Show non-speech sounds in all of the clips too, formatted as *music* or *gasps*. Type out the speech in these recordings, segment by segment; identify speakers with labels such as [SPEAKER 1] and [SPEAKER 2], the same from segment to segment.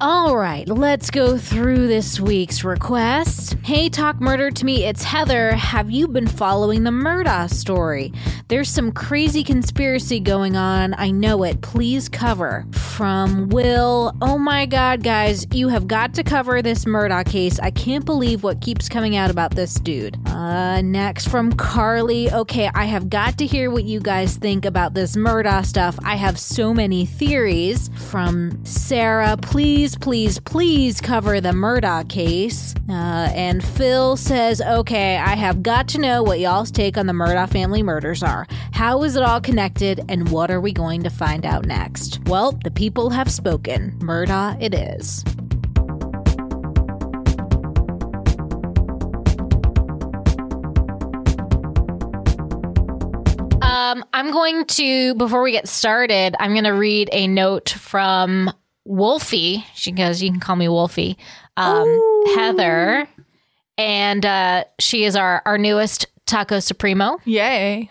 [SPEAKER 1] All right, let's go through this week's request. Hey, talk murder to me. It's Heather. Have you been following the Murdaugh story? There's some crazy conspiracy going on. I know it. Please cover. From Will. Oh my God, guys, you have got to cover this Murdaugh case. I can't believe what keeps coming out about this dude. Uh, next from Carly. Okay, I have got to hear what you guys think about this Murdaugh stuff. I have so many theories. From Sarah. Please, please, please cover the Murdaugh case. Uh, and Phil says, okay, I have got to know what y'all's take on the Murdaugh family murders are. How is it all connected, and what are we going to find out next? Well, the people have spoken. Murdaugh it is. Um, I'm going to, before we get started, I'm going to read a note from Wolfie. She goes, You can call me Wolfie. Um, Heather. And uh, she is our, our newest Taco Supremo.
[SPEAKER 2] Yay.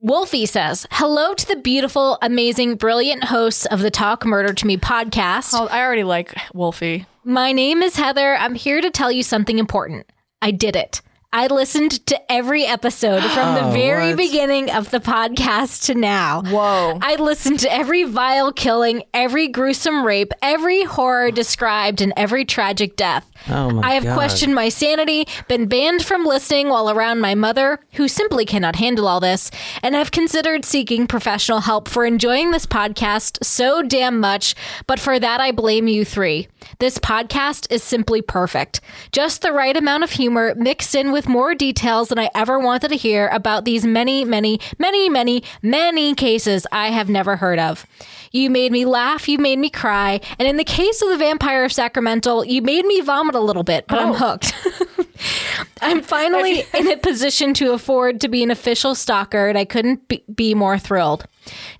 [SPEAKER 1] Wolfie says, Hello to the beautiful, amazing, brilliant hosts of the Talk Murder to Me podcast.
[SPEAKER 2] Oh, I already like Wolfie.
[SPEAKER 1] My name is Heather. I'm here to tell you something important. I did it. I listened to every episode from
[SPEAKER 3] *gasps*
[SPEAKER 1] the very
[SPEAKER 3] what?
[SPEAKER 1] beginning of the podcast to now.
[SPEAKER 2] Whoa.
[SPEAKER 1] I listened to every vile killing, every gruesome rape, every horror described, and every tragic death.
[SPEAKER 3] Oh my
[SPEAKER 1] I have
[SPEAKER 3] God.
[SPEAKER 1] questioned my sanity, been banned from listening while around my mother, who simply cannot handle all this, and have considered seeking professional help for enjoying this podcast so damn much, but for that I blame you three. This podcast is simply perfect. Just the right amount of humor mixed in with more details than I ever wanted to hear about these many, many, many, many, many cases I have never heard of. You made me laugh, you made me cry, and in the case of the Vampire of Sacramento, you made me vomit a little bit, but I'm hooked. I'm finally in a position to afford to be an official stalker, and I couldn't be, be more thrilled.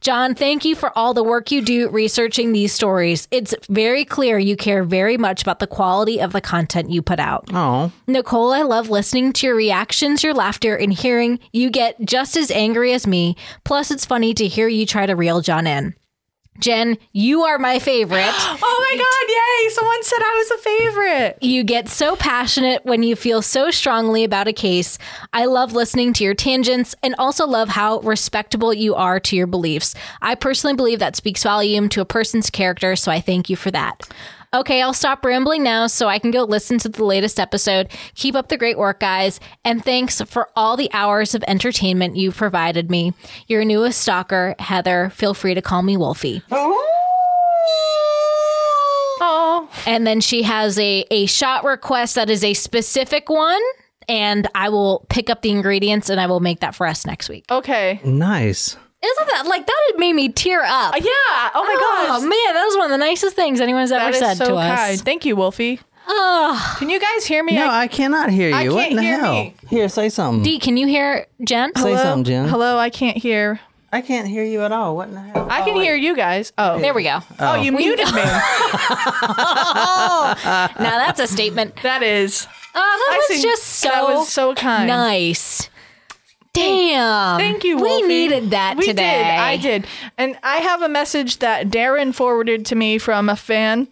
[SPEAKER 1] John, thank you for all the work you do researching these stories. It's very clear you care very much about the quality of the content you put out.
[SPEAKER 3] Oh,
[SPEAKER 1] Nicole, I love listening to your reactions, your laughter, and hearing you get just as angry as me. Plus, it's funny to hear you try to reel John in. Jen, you are my favorite.
[SPEAKER 2] Oh my god, yay! Someone said I was a favorite.
[SPEAKER 1] You get so passionate when you feel so strongly about a case. I love listening to your tangents and also love how respectable you are to your beliefs. I personally believe that speaks volume to a person's character, so I thank you for that. Okay, I'll stop rambling now so I can go listen to the latest episode. Keep up the great work, guys, and thanks for all the hours of entertainment you've provided me. Your newest stalker, Heather, feel free to call me Wolfie.
[SPEAKER 2] Oh.
[SPEAKER 1] And then she has a, a shot request that is a specific one. And I will pick up the ingredients and I will make that for us next week.
[SPEAKER 2] Okay.
[SPEAKER 3] nice.
[SPEAKER 1] Isn't that like that? It made me tear up.
[SPEAKER 2] Yeah. Oh my
[SPEAKER 1] Oh
[SPEAKER 2] gosh.
[SPEAKER 1] man, that was one of the nicest things anyone's
[SPEAKER 2] That
[SPEAKER 1] ever
[SPEAKER 2] is
[SPEAKER 1] said
[SPEAKER 2] so
[SPEAKER 1] to
[SPEAKER 2] kind.
[SPEAKER 1] us.
[SPEAKER 2] Thank you, Wolfie.
[SPEAKER 1] Oh,
[SPEAKER 2] Can you guys hear me?
[SPEAKER 3] No, I cannot hear you.
[SPEAKER 2] I
[SPEAKER 3] what
[SPEAKER 2] can't
[SPEAKER 3] in the
[SPEAKER 2] hear
[SPEAKER 3] hell?
[SPEAKER 2] me.
[SPEAKER 3] Here, say something.
[SPEAKER 1] Dee, can you hear Jen?
[SPEAKER 2] Oh.
[SPEAKER 3] say something, Jen.
[SPEAKER 2] Hello, I can't hear.
[SPEAKER 3] I can't hear you at all. What in the hell?
[SPEAKER 2] I can hear you guys. Oh.
[SPEAKER 1] There we go.
[SPEAKER 2] Oh, you muted
[SPEAKER 1] *laughs*
[SPEAKER 2] me.
[SPEAKER 1] Now that's a statement.
[SPEAKER 2] That is.
[SPEAKER 1] Oh, that was
[SPEAKER 2] see.
[SPEAKER 1] just so,
[SPEAKER 2] That was so kind.
[SPEAKER 1] nice. Damn.
[SPEAKER 2] Thank you.
[SPEAKER 1] We
[SPEAKER 2] Wolfie.
[SPEAKER 1] needed that
[SPEAKER 2] we
[SPEAKER 1] today.
[SPEAKER 2] Did. I did. And I have a message that Darren forwarded to me from a fan.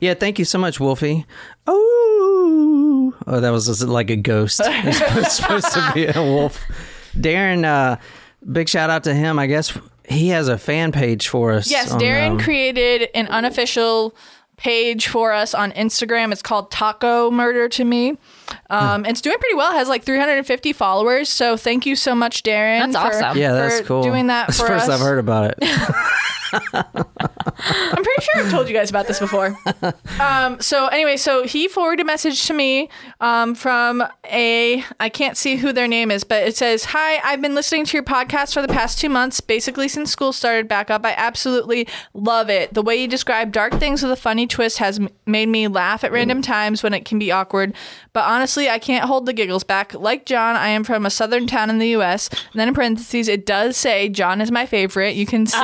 [SPEAKER 3] Yeah, thank you so much, Wolfie. Oh, oh, that was just like
[SPEAKER 2] *laughs*
[SPEAKER 3] a ghost. It's supposed, supposed to be a wolf. Darren, uh, big shout out to him. I guess he has a fan page for us.
[SPEAKER 2] Yes,
[SPEAKER 3] on,
[SPEAKER 2] Darren
[SPEAKER 3] um,
[SPEAKER 2] created an unofficial page for us on Instagram. It's called Taco Murder to Me. Um, It's doing pretty well. It has like 350 followers. So thank you so much, Darren.
[SPEAKER 1] That's
[SPEAKER 2] for-
[SPEAKER 1] awesome.
[SPEAKER 3] yeah, that's
[SPEAKER 2] for
[SPEAKER 3] cool.
[SPEAKER 2] Doing that
[SPEAKER 3] *laughs* That's
[SPEAKER 2] for
[SPEAKER 3] first
[SPEAKER 2] us.
[SPEAKER 3] I've heard about
[SPEAKER 2] *laughs*
[SPEAKER 3] it.
[SPEAKER 2] I'm pretty sure I've told you guys about this before. um, so anyway, so he forwarded a message to me um, from a I can't see who their name is, but it says, "Hi, I've been listening to your podcast for the past two months, basically since school started back up. I absolutely love it. The way you describe dark things with a funny twist has m- made me laugh at random times when it can be awkward, but honestly, I can't hold the giggles back. Like John, I am from a southern town in the U.S. And then in parentheses, it does say John is my favorite. You can see."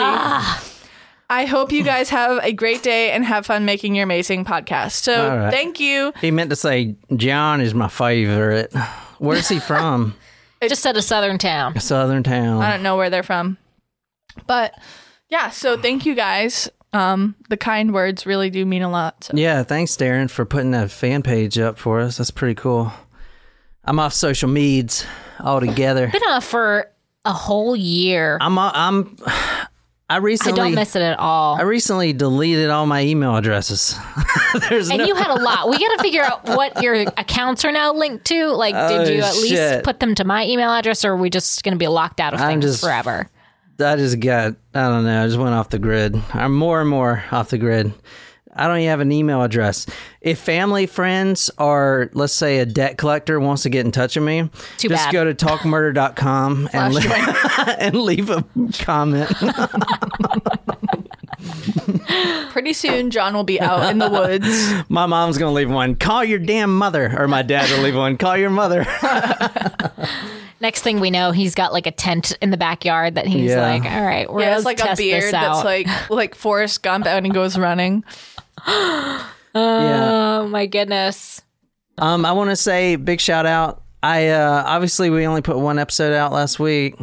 [SPEAKER 2] I hope you guys have a great day and have fun making your amazing podcast. So
[SPEAKER 3] All right.
[SPEAKER 2] thank you.
[SPEAKER 3] He meant to say John is my favorite. Where's
[SPEAKER 2] *laughs*
[SPEAKER 3] he from?
[SPEAKER 1] Just said a southern town.
[SPEAKER 3] Southern town.
[SPEAKER 2] I don't know where they're from, but yeah. So thank you guys. Um, the kind words really do mean a lot. So.
[SPEAKER 3] Yeah, thanks, Darren, for putting that fan page up for us. That's pretty cool. I'm off social meds altogether.
[SPEAKER 1] Been off for a whole year.
[SPEAKER 3] I'm I'm I
[SPEAKER 1] I
[SPEAKER 3] recently
[SPEAKER 1] don't miss it at all.
[SPEAKER 3] I recently deleted all my email addresses. *laughs* There's
[SPEAKER 1] and
[SPEAKER 3] no,
[SPEAKER 1] you had a lot. We got to figure out what your accounts are now linked to. Like, did
[SPEAKER 3] Oh,
[SPEAKER 1] you at
[SPEAKER 3] shit.
[SPEAKER 1] least put them to my email address, or are we just going to be locked out of
[SPEAKER 3] I'm
[SPEAKER 1] things
[SPEAKER 3] just-
[SPEAKER 1] forever?
[SPEAKER 3] I just got I don't know. I just went off the grid. I'm more and more off the grid. I don't even have an email address. If family, friends, or let's say a debt collector wants to get in touch with me,
[SPEAKER 1] Too
[SPEAKER 3] just
[SPEAKER 1] bad. *laughs*
[SPEAKER 3] go to talkmurder.com and, le- and leave a comment.
[SPEAKER 2] Pretty soon, John will be out in the woods.
[SPEAKER 3] My mom's gonna leave one. Call your damn mother, or my dad will leave one. Call your mother. *laughs*
[SPEAKER 1] Next thing we know, he's got like a tent in the backyard that he's
[SPEAKER 3] Yeah.
[SPEAKER 1] like, all right, we're
[SPEAKER 2] Yeah,
[SPEAKER 1] going
[SPEAKER 2] it's
[SPEAKER 1] to
[SPEAKER 2] like a
[SPEAKER 1] test this
[SPEAKER 2] beard that's
[SPEAKER 1] out.
[SPEAKER 2] like like Forrest Gump and he goes running. uh,
[SPEAKER 3] yeah.
[SPEAKER 1] oh my goodness.
[SPEAKER 3] Um, I want to say big shout out. I uh, obviously we only put one episode out last week.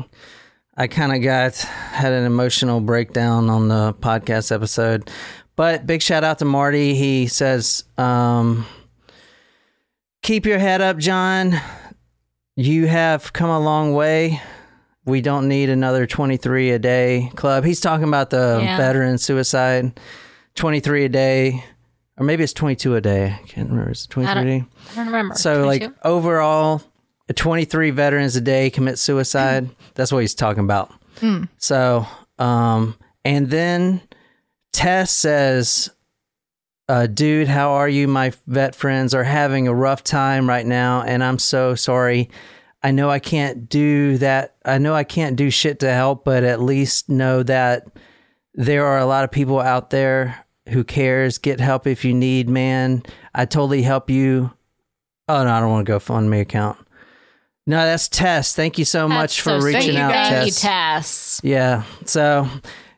[SPEAKER 3] I kind of got had an emotional breakdown on the podcast episode, but big shout out to Marty. He says, um, "Keep your head up, John. You have come a long way. We don't need another twenty-three a day club." He's talking about the
[SPEAKER 1] Yeah.
[SPEAKER 3] veteran suicide, twenty-three a day, or maybe it's twenty-two a day. I can't remember. Is it twenty-three a day?
[SPEAKER 1] I don't remember.
[SPEAKER 3] So,
[SPEAKER 1] 22?
[SPEAKER 3] like overall, 23 veterans a day commit suicide. That's what he's talking about. So, um, and then Tess says, uh, "Dude, how are you? My vet friends are having a rough time right now, and I'm so sorry. I know I can't do that. I know I can't do shit to help, but at least know that." there are a lot of people out there who cares. Get help if you need, man. I totally help you. Oh no, I don't want to go fund me account. No, that's Tess. Thank you so
[SPEAKER 1] That's
[SPEAKER 3] much for
[SPEAKER 1] so
[SPEAKER 3] reaching
[SPEAKER 1] sweet.
[SPEAKER 3] out,
[SPEAKER 1] Thank
[SPEAKER 3] Tess.
[SPEAKER 1] you, Tess.
[SPEAKER 3] Yeah. So,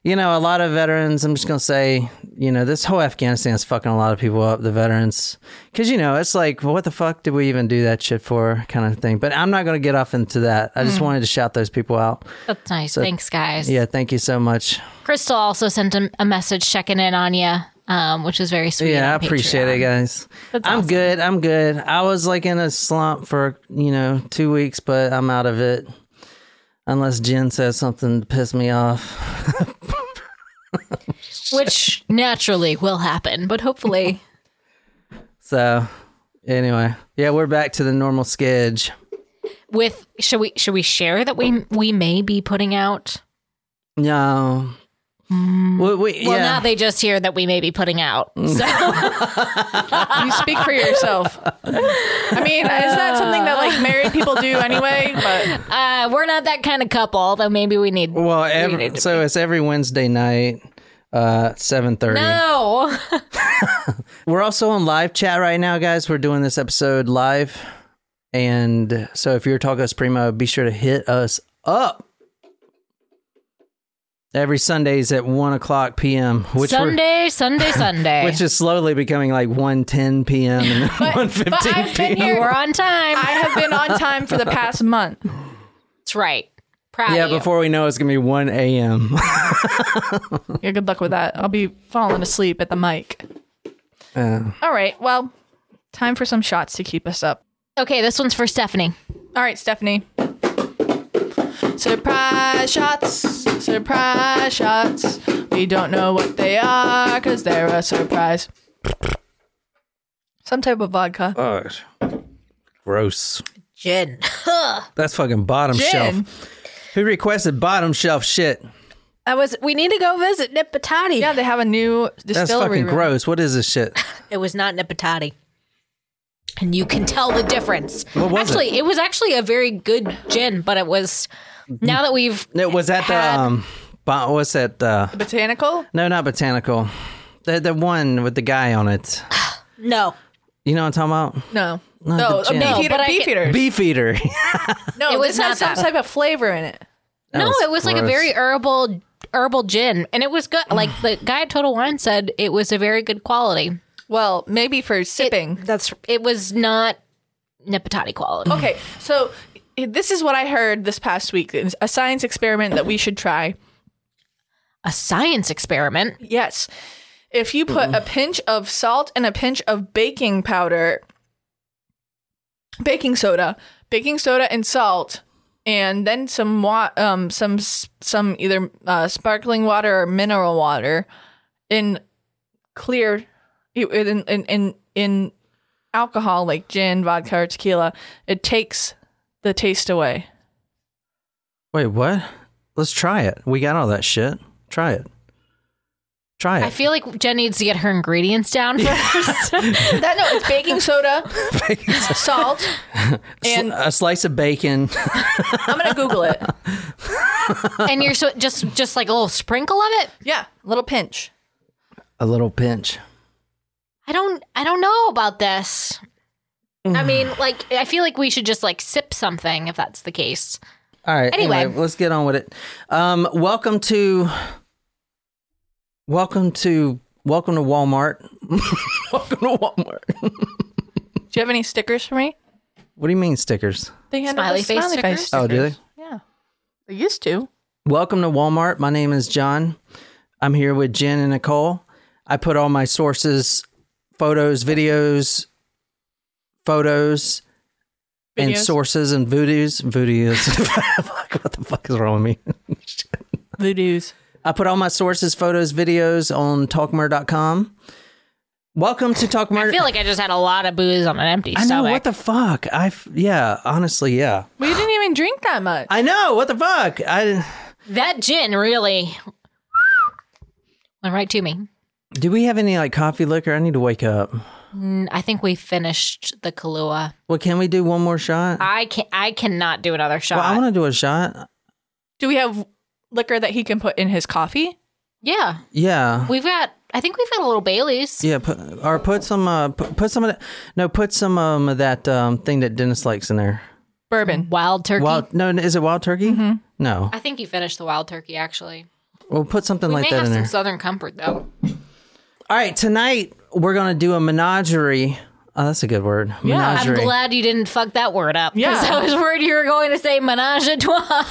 [SPEAKER 3] you know, a lot of veterans, I'm just going to say, you know, this whole Afghanistan is fucking a lot of people up, the veterans. Cause, you know, it's like, well, what the fuck did we even do that shit for kind of thing? But I'm not going to get off into that. I just wanted to shout those people out.
[SPEAKER 1] That's nice. Thanks, guys.
[SPEAKER 3] Yeah. Thank you so much.
[SPEAKER 1] Crystal also sent a, a message checking in on you, um, which is very sweet.
[SPEAKER 3] Yeah, I
[SPEAKER 1] on
[SPEAKER 3] appreciate
[SPEAKER 1] Patreon.
[SPEAKER 3] it, guys. I'm good. I'm good. I was like in a slump for, you know, two weeks, but I'm out of it. Unless Jen says something to piss me off.
[SPEAKER 1] Which naturally will happen, but
[SPEAKER 3] *laughs*
[SPEAKER 1] hopefully.
[SPEAKER 3] So, anyway, yeah, we're back to the normal schedule.
[SPEAKER 1] With should we should we share that we we may be putting out
[SPEAKER 3] No. Well, we,
[SPEAKER 1] Hmm. Well,
[SPEAKER 3] yeah. Mm.
[SPEAKER 1] now they just hear that we may be putting out. So
[SPEAKER 2] You speak for yourself. I mean, is that something that like married people do anyway? But
[SPEAKER 1] uh, we're not that kind of couple, although maybe we need.
[SPEAKER 3] well,
[SPEAKER 1] need
[SPEAKER 3] every,
[SPEAKER 1] to
[SPEAKER 3] so it's every Wednesday night, uh, seven thirty.
[SPEAKER 1] No.
[SPEAKER 3] We're also on live chat right now, guys. We're doing this episode live, and so if you're Talkos Primo, be sure to hit us up every Sundays at one o'clock p.m. Which we're-
[SPEAKER 1] Sunday,
[SPEAKER 3] *laughs*
[SPEAKER 1] Sunday, Sunday.
[SPEAKER 3] which is slowly becoming like one ten p.m. and
[SPEAKER 1] *laughs*
[SPEAKER 3] then one
[SPEAKER 2] but
[SPEAKER 3] fifteen
[SPEAKER 2] I've been
[SPEAKER 3] p.m.
[SPEAKER 2] here.
[SPEAKER 1] we're on time.
[SPEAKER 2] I have been on time for the past month.
[SPEAKER 1] That's right. Proud
[SPEAKER 3] Yeah,
[SPEAKER 1] of you.
[SPEAKER 3] before we know, it, it's gonna be one a.m.
[SPEAKER 2] Yeah, good luck with that. I'll be falling asleep at the mic.
[SPEAKER 3] Uh,
[SPEAKER 2] All right. Well, time for some shots to keep us up.
[SPEAKER 1] Okay, this one's for Stephanie.
[SPEAKER 2] All right, Stephanie. Surprise shots, surprise shots. We don't know what they are because they're a surprise. Some type of vodka.
[SPEAKER 3] Ugh. gross.
[SPEAKER 1] *laughs* Gin.
[SPEAKER 3] That's fucking bottom
[SPEAKER 2] Gin.
[SPEAKER 3] shelf. Who requested bottom shelf shit?
[SPEAKER 1] That was. We need to go visit Nipatati.
[SPEAKER 2] Yeah, they have a new
[SPEAKER 3] That's
[SPEAKER 2] distillery.
[SPEAKER 3] fucking
[SPEAKER 2] room.
[SPEAKER 3] gross. What is this shit?
[SPEAKER 1] *laughs* It was not Nipatati. And you can tell the difference.
[SPEAKER 3] What was it?
[SPEAKER 1] actually, it? was actually a very good gin, but it was.
[SPEAKER 3] Mm-hmm.
[SPEAKER 1] Now that we've
[SPEAKER 3] No, was that
[SPEAKER 1] had-
[SPEAKER 3] the um, bo- what's that? Uh,
[SPEAKER 2] Botanical?
[SPEAKER 3] no, not botanical. The the one with the guy on it.
[SPEAKER 1] no,
[SPEAKER 3] You know what I'm talking
[SPEAKER 2] No.
[SPEAKER 3] No,
[SPEAKER 2] No,
[SPEAKER 3] the
[SPEAKER 2] a
[SPEAKER 3] gin.
[SPEAKER 2] beef
[SPEAKER 3] No,
[SPEAKER 2] eater.
[SPEAKER 1] but I
[SPEAKER 2] beef
[SPEAKER 1] can-
[SPEAKER 2] eater.
[SPEAKER 3] about? Beef eater. *laughs*
[SPEAKER 2] no,
[SPEAKER 1] It was
[SPEAKER 2] this
[SPEAKER 1] not
[SPEAKER 2] has some
[SPEAKER 1] that.
[SPEAKER 2] type of flavor in it.
[SPEAKER 3] That
[SPEAKER 1] no,
[SPEAKER 3] was
[SPEAKER 1] it was like a
[SPEAKER 3] gross.
[SPEAKER 1] very herbal herbal gin, and it was good. Like the guy at Total Wine said, it was a very good quality.
[SPEAKER 2] Well, maybe for sipping.
[SPEAKER 1] That's it was not Nipatati quality.
[SPEAKER 2] Okay, so eh, this is what I heard this past week. It's a science experiment that we should try.
[SPEAKER 1] a science experiment.
[SPEAKER 2] Yes. If you put a pinch of salt and a pinch of baking powder, baking soda, baking soda and salt, and then some wa- um some s- some either uh, sparkling water or mineral water in clear you- in in in, in alcohol like gin, vodka or tequila, it takes the taste away.
[SPEAKER 3] Wait, what? Let's try it. We got all that shit. Try it. Try it. *laughs*
[SPEAKER 1] I feel like Jen needs to get her ingredients down first.
[SPEAKER 2] That no, it's baking soda,
[SPEAKER 3] *laughs*
[SPEAKER 2] salt, and
[SPEAKER 3] a slice of bacon. *laughs*
[SPEAKER 2] I'm gonna Google it.
[SPEAKER 1] and you're so, just just like a little sprinkle of it.
[SPEAKER 2] Yeah, little pinch.
[SPEAKER 3] a little pinch.
[SPEAKER 1] I don't I don't know about this. I
[SPEAKER 3] Mm.
[SPEAKER 1] mean, like I feel like we should just like sip something if that's the case.
[SPEAKER 3] All right.
[SPEAKER 1] Anyway.
[SPEAKER 3] Anyway, let's get on with it. Um, welcome to, welcome to, welcome to Walmart. *laughs* welcome to Walmart.
[SPEAKER 2] Do you have any stickers for me?
[SPEAKER 3] What do you mean stickers?
[SPEAKER 2] They handle
[SPEAKER 1] Smiley
[SPEAKER 2] the
[SPEAKER 1] face
[SPEAKER 2] smiley face
[SPEAKER 1] stickers?
[SPEAKER 3] Oh, do they?
[SPEAKER 2] stickers. Yeah, they used to.
[SPEAKER 3] Welcome to Walmart. My name is John. I'm here with Jen and Nicole. I put all my sources, photos, videos, photos, and
[SPEAKER 2] Videos.
[SPEAKER 3] sources and voodoos, voodoos. *laughs* Fuck, what the fuck is wrong with me?
[SPEAKER 2] Voodoo's.
[SPEAKER 3] I put all my sources, photos, videos on talkmer.com. Welcome to Talkmer.
[SPEAKER 1] I feel like I just had a lot of booze on an empty
[SPEAKER 3] I know
[SPEAKER 1] stomach.
[SPEAKER 3] what the fuck. I f- yeah, honestly, yeah.
[SPEAKER 2] We didn't even drink that much.
[SPEAKER 3] I know what the fuck. I
[SPEAKER 1] that gin really went right to me.
[SPEAKER 3] do we have any like coffee liquor? I need to wake up.
[SPEAKER 1] Mm, I think we finished the Kahlua.
[SPEAKER 3] Well, can we do one more shot?
[SPEAKER 1] I can I cannot do another shot.
[SPEAKER 3] well, I want to do a shot.
[SPEAKER 2] Do we have liquor that he can put in his coffee?
[SPEAKER 1] yeah,
[SPEAKER 3] Yeah.
[SPEAKER 1] we've got. I think we've got a little Bailey's.
[SPEAKER 3] Yeah, put, or put some uh put, put some of that no, put some um of that um thing that Dennis likes in there.
[SPEAKER 2] Bourbon.
[SPEAKER 1] Wild turkey. Mm-hmm.
[SPEAKER 3] Wild no, is it wild turkey? No.
[SPEAKER 1] I think you finished the wild turkey actually.
[SPEAKER 3] Well, put something
[SPEAKER 1] We
[SPEAKER 3] like
[SPEAKER 1] may
[SPEAKER 3] that
[SPEAKER 1] have
[SPEAKER 3] in
[SPEAKER 1] some
[SPEAKER 3] there.
[SPEAKER 1] Southern comfort though.
[SPEAKER 3] All right, tonight we're gonna do a menagerie. Oh, that's a good word.
[SPEAKER 1] I'm
[SPEAKER 3] Menagerie.
[SPEAKER 1] glad you didn't fuck that word up.
[SPEAKER 2] Yeah.
[SPEAKER 1] Because *laughs* I was worried you were going to say menage a trois.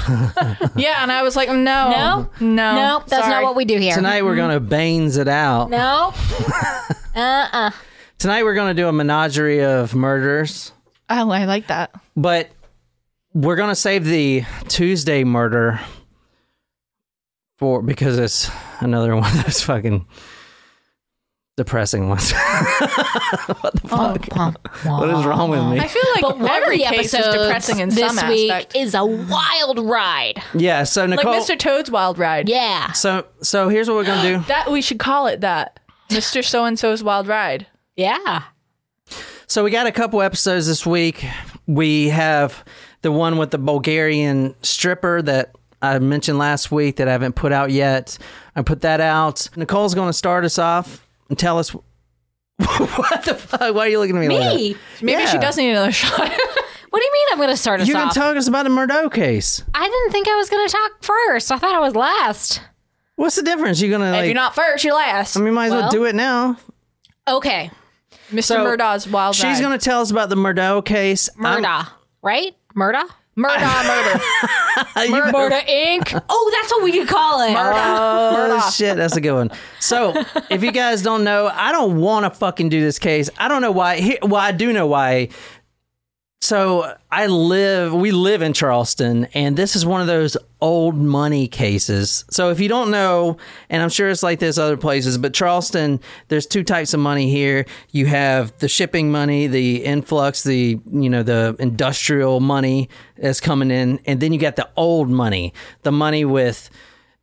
[SPEAKER 2] Yeah, and I was like, no,
[SPEAKER 1] No?
[SPEAKER 2] no,
[SPEAKER 1] no, that's not what we do here.
[SPEAKER 3] Tonight we're gonna banes it
[SPEAKER 1] *laughs*
[SPEAKER 3] out.
[SPEAKER 1] no. Uh-uh.
[SPEAKER 3] Tonight we're gonna do a menagerie of murders,
[SPEAKER 2] Oh, I like that.
[SPEAKER 3] but we're gonna save the Tuesday murder for because it's another *laughs* one of those fucking depressing ones. *laughs* what is wrong with me?
[SPEAKER 1] Uh-huh.
[SPEAKER 2] I feel like
[SPEAKER 1] But one
[SPEAKER 2] every
[SPEAKER 1] of the
[SPEAKER 2] case is
[SPEAKER 1] episodes
[SPEAKER 2] depressing in
[SPEAKER 1] this
[SPEAKER 2] some
[SPEAKER 1] week
[SPEAKER 2] aspect.
[SPEAKER 1] is a wild ride.
[SPEAKER 3] Yeah, so
[SPEAKER 2] Like
[SPEAKER 3] Nicole.
[SPEAKER 2] Mr. Toad's Wild Ride.
[SPEAKER 1] Yeah.
[SPEAKER 3] so so here's what we're gonna do.
[SPEAKER 2] That we should call it that. Mr. So and So's Wild Ride.
[SPEAKER 1] Yeah.
[SPEAKER 3] So we got a couple episodes this week. We have the one with the Bulgarian stripper that I mentioned last week that I haven't put out yet. I put that out. Nicole's going to start us off and tell us *laughs* what the fuck. Why are you looking at me? like
[SPEAKER 1] Hey,
[SPEAKER 2] Maybe she
[SPEAKER 3] Yeah.
[SPEAKER 2] does need another *laughs* shot.
[SPEAKER 1] what do you mean I'm going to start
[SPEAKER 3] that?
[SPEAKER 1] us
[SPEAKER 3] You can
[SPEAKER 1] off?
[SPEAKER 3] talk us about the Murdo case.
[SPEAKER 1] I didn't think I was going to talk first. I thought I was last.
[SPEAKER 3] What's the difference? You're gonna
[SPEAKER 2] if
[SPEAKER 3] like.
[SPEAKER 2] you're not first, you're last.
[SPEAKER 3] I mean, might as well,
[SPEAKER 1] Well-
[SPEAKER 3] do it now.
[SPEAKER 1] Okay.
[SPEAKER 2] Mr. Murdaugh's Wild Ride.
[SPEAKER 3] She's gonna tell us about the Murdo case. I'm-
[SPEAKER 1] Murda, right? Murda?
[SPEAKER 3] *laughs*
[SPEAKER 2] Murdaugh murder.
[SPEAKER 3] you-
[SPEAKER 1] Murda Inc. Oh, that's what we could call it.
[SPEAKER 3] Oh shit, that's a good one. So, if you guys don't know, I don't want to fucking do this case. I don't know why. He, well, I do know why. So, I live. We live in Charleston, and this is one of those old money cases. So, if you don't know, and I'm sure it's like this other places, but Charleston, there's two types of money here. You have the shipping money, the influx, the you know the industrial money that's coming in, and then you got the old money, the money with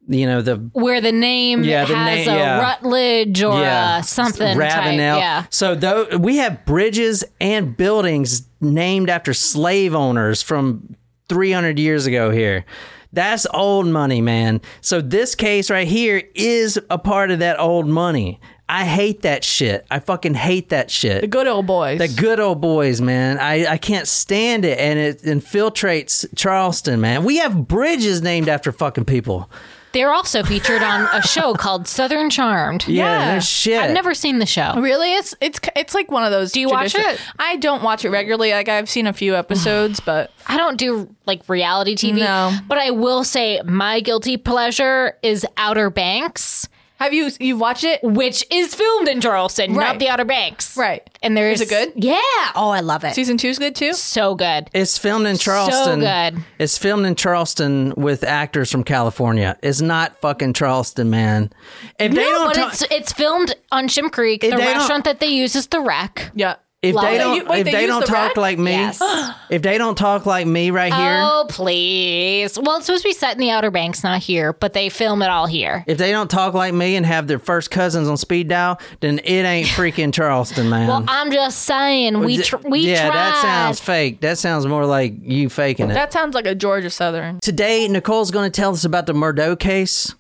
[SPEAKER 3] you know the
[SPEAKER 1] Where the name
[SPEAKER 3] Yeah, the
[SPEAKER 1] has
[SPEAKER 3] name-
[SPEAKER 1] a
[SPEAKER 3] yeah.
[SPEAKER 1] Rutledge or
[SPEAKER 3] yeah
[SPEAKER 1] a something. Type.
[SPEAKER 3] Ravenel.
[SPEAKER 1] Yeah.
[SPEAKER 3] So though we have bridges and buildings named after slave owners from 300 years ago here. That's old money, man. So this case right here is a part of that old money. I hate that shit. I fucking hate that shit.
[SPEAKER 2] The good old boys.
[SPEAKER 3] The good old boys, man. I, I can't stand it. And it infiltrates Charleston, man. We have bridges named after fucking people.
[SPEAKER 1] They're also featured on a show called Southern Charmed.
[SPEAKER 2] Yeah.
[SPEAKER 3] Yeah, no shit.
[SPEAKER 1] I've never seen the show.
[SPEAKER 2] Really, it's it's it's like one of those. Do
[SPEAKER 1] you watch it?
[SPEAKER 2] I don't watch it regularly. Like I've seen a few episodes, but
[SPEAKER 1] I don't do like reality TV,
[SPEAKER 2] No.
[SPEAKER 1] but I will say my guilty pleasure is Outer Banks,
[SPEAKER 2] have you you watched it?
[SPEAKER 1] which is filmed in Charleston,
[SPEAKER 2] Right.
[SPEAKER 1] not the Outer Banks.
[SPEAKER 2] Right.
[SPEAKER 1] And there's
[SPEAKER 2] Is it good?
[SPEAKER 1] Yeah. Oh, I love it.
[SPEAKER 2] Season two's good too.
[SPEAKER 1] so good.
[SPEAKER 3] It's filmed in Charleston.
[SPEAKER 1] good.
[SPEAKER 3] It's filmed in Charleston with actors from California. It's not fucking Charleston, man. If they don't,
[SPEAKER 1] But
[SPEAKER 3] ta-
[SPEAKER 1] it's it's filmed on Shim Creek. The
[SPEAKER 3] they don't-
[SPEAKER 1] restaurant that they use is the Wreck.
[SPEAKER 2] Yeah.
[SPEAKER 3] if
[SPEAKER 1] Wait,
[SPEAKER 3] they
[SPEAKER 1] you-
[SPEAKER 3] don't,
[SPEAKER 2] wait,
[SPEAKER 3] if
[SPEAKER 2] they
[SPEAKER 3] they,
[SPEAKER 2] use
[SPEAKER 3] don't
[SPEAKER 2] the
[SPEAKER 3] talk
[SPEAKER 2] rack?
[SPEAKER 3] like me,
[SPEAKER 1] Yes.
[SPEAKER 3] *gasps* if they don't talk like me right here,
[SPEAKER 1] Oh please! Well, it's supposed to be set in the Outer Banks, not here, but they film it all here.
[SPEAKER 3] if they don't talk like me and have their first cousins on speed dial, then it ain't freaking Charleston, man.
[SPEAKER 1] Well, I'm just saying we tr- we
[SPEAKER 3] yeah,
[SPEAKER 1] tried.
[SPEAKER 3] that sounds fake. That sounds more like you faking it.
[SPEAKER 2] That sounds like a Georgia Southern.
[SPEAKER 3] Today, Nicole's going to tell us about the Murdo case,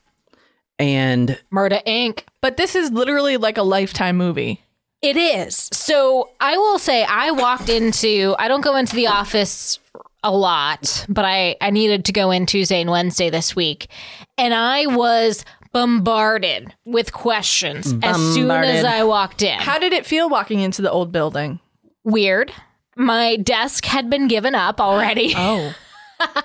[SPEAKER 3] and
[SPEAKER 1] Murda Inc.
[SPEAKER 2] But this is literally like a lifetime movie.
[SPEAKER 1] It is. So I will say I walked into I don't go into the office a lot, but I I needed to go in Tuesday and Wednesday this week. And I was bombarded with questions as soon as
[SPEAKER 3] Bombarded.
[SPEAKER 1] I walked in.
[SPEAKER 2] How did it feel walking into the old building?
[SPEAKER 1] Weird. My desk had been given up already.
[SPEAKER 2] Oh,
[SPEAKER 1] *laughs*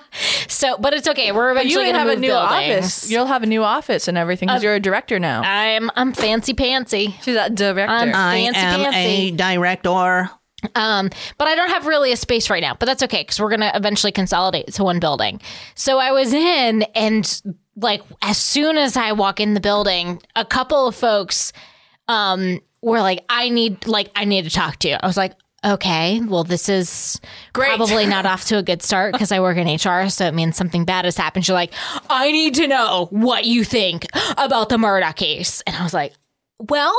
[SPEAKER 1] So, but it's okay. We're
[SPEAKER 2] you
[SPEAKER 1] eventually
[SPEAKER 2] would
[SPEAKER 1] going to
[SPEAKER 2] have
[SPEAKER 1] move
[SPEAKER 2] a new
[SPEAKER 1] buildings.
[SPEAKER 2] office. You'll have a new office and everything because you're a director now.
[SPEAKER 1] I'm I'm fancy pantsy.
[SPEAKER 2] She's a director.
[SPEAKER 1] I'm-
[SPEAKER 3] I
[SPEAKER 1] Fancy
[SPEAKER 3] am
[SPEAKER 1] dancy.
[SPEAKER 3] a director.
[SPEAKER 1] Um, but I don't have really a space right now, but that's okay because we're going to eventually consolidate to one building. So I was in, and like as soon as I walk in the building, a couple of folks um, were like, I need, like, I need to talk to you. I was like, okay, well, this is
[SPEAKER 2] Great.
[SPEAKER 1] probably not off to a good start because I work in HR. So it means something bad has happened. You're like, I need to know what you think about the Murdoch case. And I was like, well,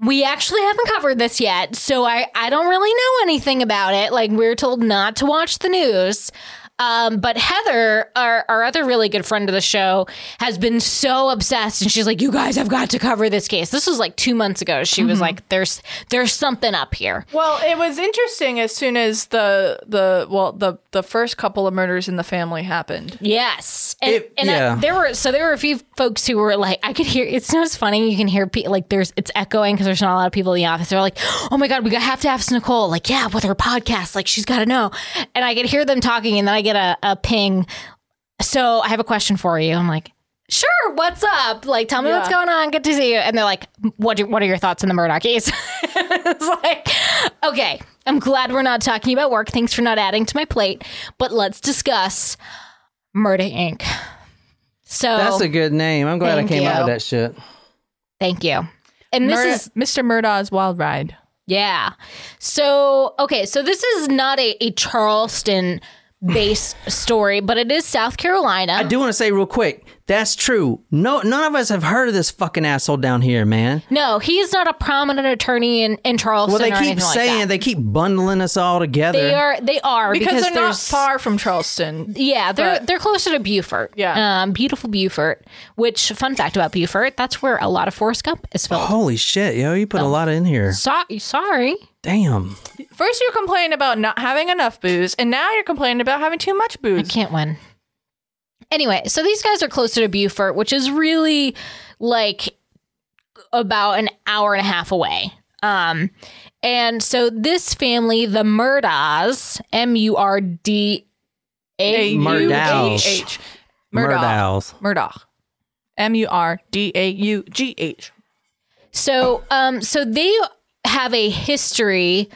[SPEAKER 1] we actually haven't covered this yet, so I, I don't really know anything about it. Like, we are told not to watch the news. Um, but Heather, our, our other really good friend of the show, has been so obsessed, and she's like, "You guys have got to cover this case." This was like two months ago. She was like, "There's there's something up here."
[SPEAKER 2] Well, it was interesting as soon as the the well the the first couple of murders in the family happened.
[SPEAKER 1] Yes, and,
[SPEAKER 3] It-
[SPEAKER 1] and I-
[SPEAKER 3] yeah.
[SPEAKER 1] there were so there were a few folks who were like, I could hear. It's not as funny. You can hear pe- like there's it's echoing because there's not a lot of people in the office. They're like, oh my god, we got, have to ask Nicole. Like, yeah, with her podcast, like she's got to know. And I could hear them talking, and then I get a, a ping. So I have a question for you. I'm like. Sure, what's up? Like, tell me what's
[SPEAKER 2] Yeah.
[SPEAKER 1] going on. Good to see you. And they're like, "What? Do, what are your thoughts on the Murdoch case?" *laughs* it's like, okay, I'm glad we're not talking about work. Thanks for not adding to my plate. But let's discuss Murder Inc. So
[SPEAKER 3] That's a good name. I'm glad I
[SPEAKER 1] Thank
[SPEAKER 3] came up
[SPEAKER 1] you.
[SPEAKER 3] with that shit.
[SPEAKER 1] thank you. And this
[SPEAKER 2] Murda-
[SPEAKER 1] is
[SPEAKER 2] Mr. Murdaugh's Wild Ride.
[SPEAKER 1] yeah. So okay, so this is not a, a Charleston
[SPEAKER 3] *sighs*
[SPEAKER 1] based story, but it is South Carolina.
[SPEAKER 3] I do want to say real quick. That's true. No, none of us have heard of this fucking asshole down here, man.
[SPEAKER 1] no, he's not a prominent attorney in, in Charleston.
[SPEAKER 3] Well, they
[SPEAKER 1] or
[SPEAKER 3] keep
[SPEAKER 1] anything like
[SPEAKER 3] saying
[SPEAKER 1] that.
[SPEAKER 3] they keep bundling us all together.
[SPEAKER 1] they are they are
[SPEAKER 2] Because,
[SPEAKER 1] because,
[SPEAKER 2] they're not
[SPEAKER 1] there's
[SPEAKER 2] far from Charleston.
[SPEAKER 1] Yeah, they're
[SPEAKER 2] But-
[SPEAKER 1] they're closer to Beaufort.
[SPEAKER 2] Yeah.
[SPEAKER 1] um, beautiful Beaufort. Which fun fact about Beaufort? That's where a lot of Forrest Gump is filmed.
[SPEAKER 3] Holy shit, yo! You put
[SPEAKER 1] Oh.
[SPEAKER 3] a lot in
[SPEAKER 2] Oh.
[SPEAKER 3] here.
[SPEAKER 1] So- sorry,
[SPEAKER 3] Damn.
[SPEAKER 2] First you complained about not having enough booze, and now you're complaining about having too much booze.
[SPEAKER 1] can't win. Anyway, so these guys are closer to Beaufort, which is really like about an hour and a half away. Um, and so this family, the Murdahs, M U R D A,
[SPEAKER 2] A-U-G-H. Murdaugh.
[SPEAKER 3] Murdals.
[SPEAKER 2] Murdaugh. M U R D A U G H.
[SPEAKER 1] So, um, so they have a history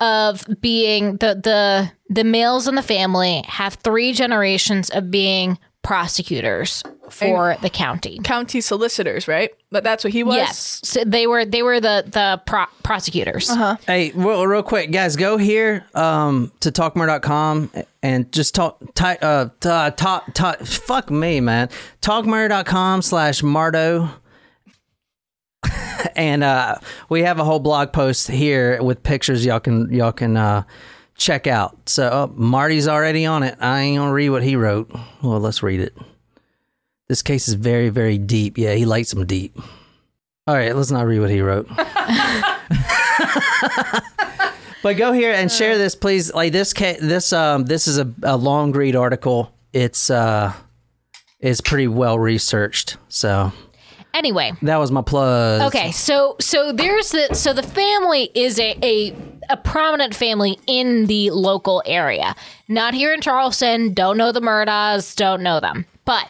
[SPEAKER 1] of being the the the males in the family have three generations of being prosecutors for the county.
[SPEAKER 2] County solicitors, right? But that's what he was.
[SPEAKER 1] Yes, so they were they were the the pro- prosecutors.
[SPEAKER 3] Hey, real, real quick, guys, go here um, to talkmore.com and just talk, ty, uh, t- uh, top, top, fuck me, man. Talkmore.com slash Mardo. *laughs* and uh, we have a whole blog post here with pictures y'all can, y'all can, uh, check out. So oh, Marty's already on it. I ain't gonna read what he wrote. Well, let's read it. This case is very, very deep. Yeah, he likes them deep. All right, let's not read what he wrote. But go here and share this, please. Like this, ca- this, um, this is a, a long read article. It's uh, is pretty well researched. So
[SPEAKER 1] Anyway,
[SPEAKER 3] that was my plug.
[SPEAKER 1] Okay, so so there's the so the family is a, a a prominent family in the local area. Not here in Charleston. Don't know the Murdas. Don't know them. But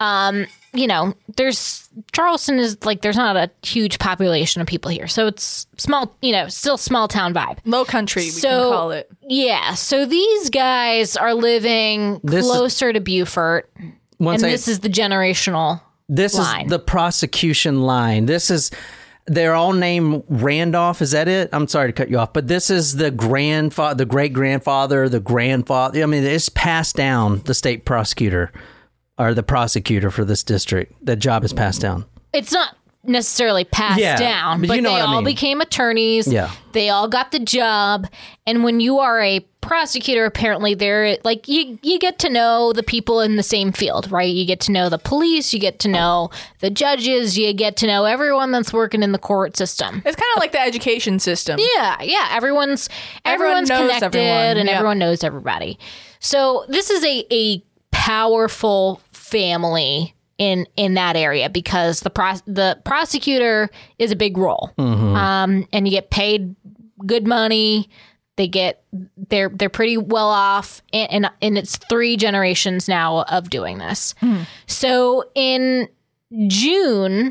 [SPEAKER 1] um, you know, there's Charleston is like there's not a huge population of people here, so it's small. You know, still small town vibe.
[SPEAKER 2] Low country, we
[SPEAKER 1] So-
[SPEAKER 2] can call it.
[SPEAKER 1] Yeah. So these guys are living
[SPEAKER 3] This is-
[SPEAKER 1] closer to Beaufort,
[SPEAKER 3] Once
[SPEAKER 1] and
[SPEAKER 3] I-
[SPEAKER 1] this is the generational.
[SPEAKER 3] This
[SPEAKER 1] line.
[SPEAKER 3] is the prosecution line. This is they're all named Randolph. Is that it? I'm sorry to cut you off, but this is the grandfather, the great grandfather, the grandfather. I mean, it's passed down. The state prosecutor or the prosecutor for this district. That job is passed down.
[SPEAKER 1] it's not necessarily passed
[SPEAKER 3] Yeah,
[SPEAKER 1] down,
[SPEAKER 3] but
[SPEAKER 1] but,
[SPEAKER 3] you know
[SPEAKER 1] they
[SPEAKER 3] what I
[SPEAKER 1] all
[SPEAKER 3] mean.
[SPEAKER 1] became attorneys.
[SPEAKER 3] Yeah.
[SPEAKER 1] They all got the job. And when you are a prosecutor, apparently they're like you you get to know the people in the same field, right? You get to know the police, you get to know the judges, you get to know everyone that's working in the court system.
[SPEAKER 2] It's kind of like the education system.
[SPEAKER 1] Yeah, yeah. Everyone's
[SPEAKER 2] Everyone
[SPEAKER 1] everyone's
[SPEAKER 2] knows
[SPEAKER 1] connected
[SPEAKER 2] everyone,
[SPEAKER 1] and
[SPEAKER 2] yeah.
[SPEAKER 1] everyone knows everybody. So this is a, a powerful family in in that area because the pros- the prosecutor is a big role, um, and you get paid good money. They get they're they're pretty well off, and and, and it's three generations now of doing this.
[SPEAKER 2] Hmm.
[SPEAKER 1] So in June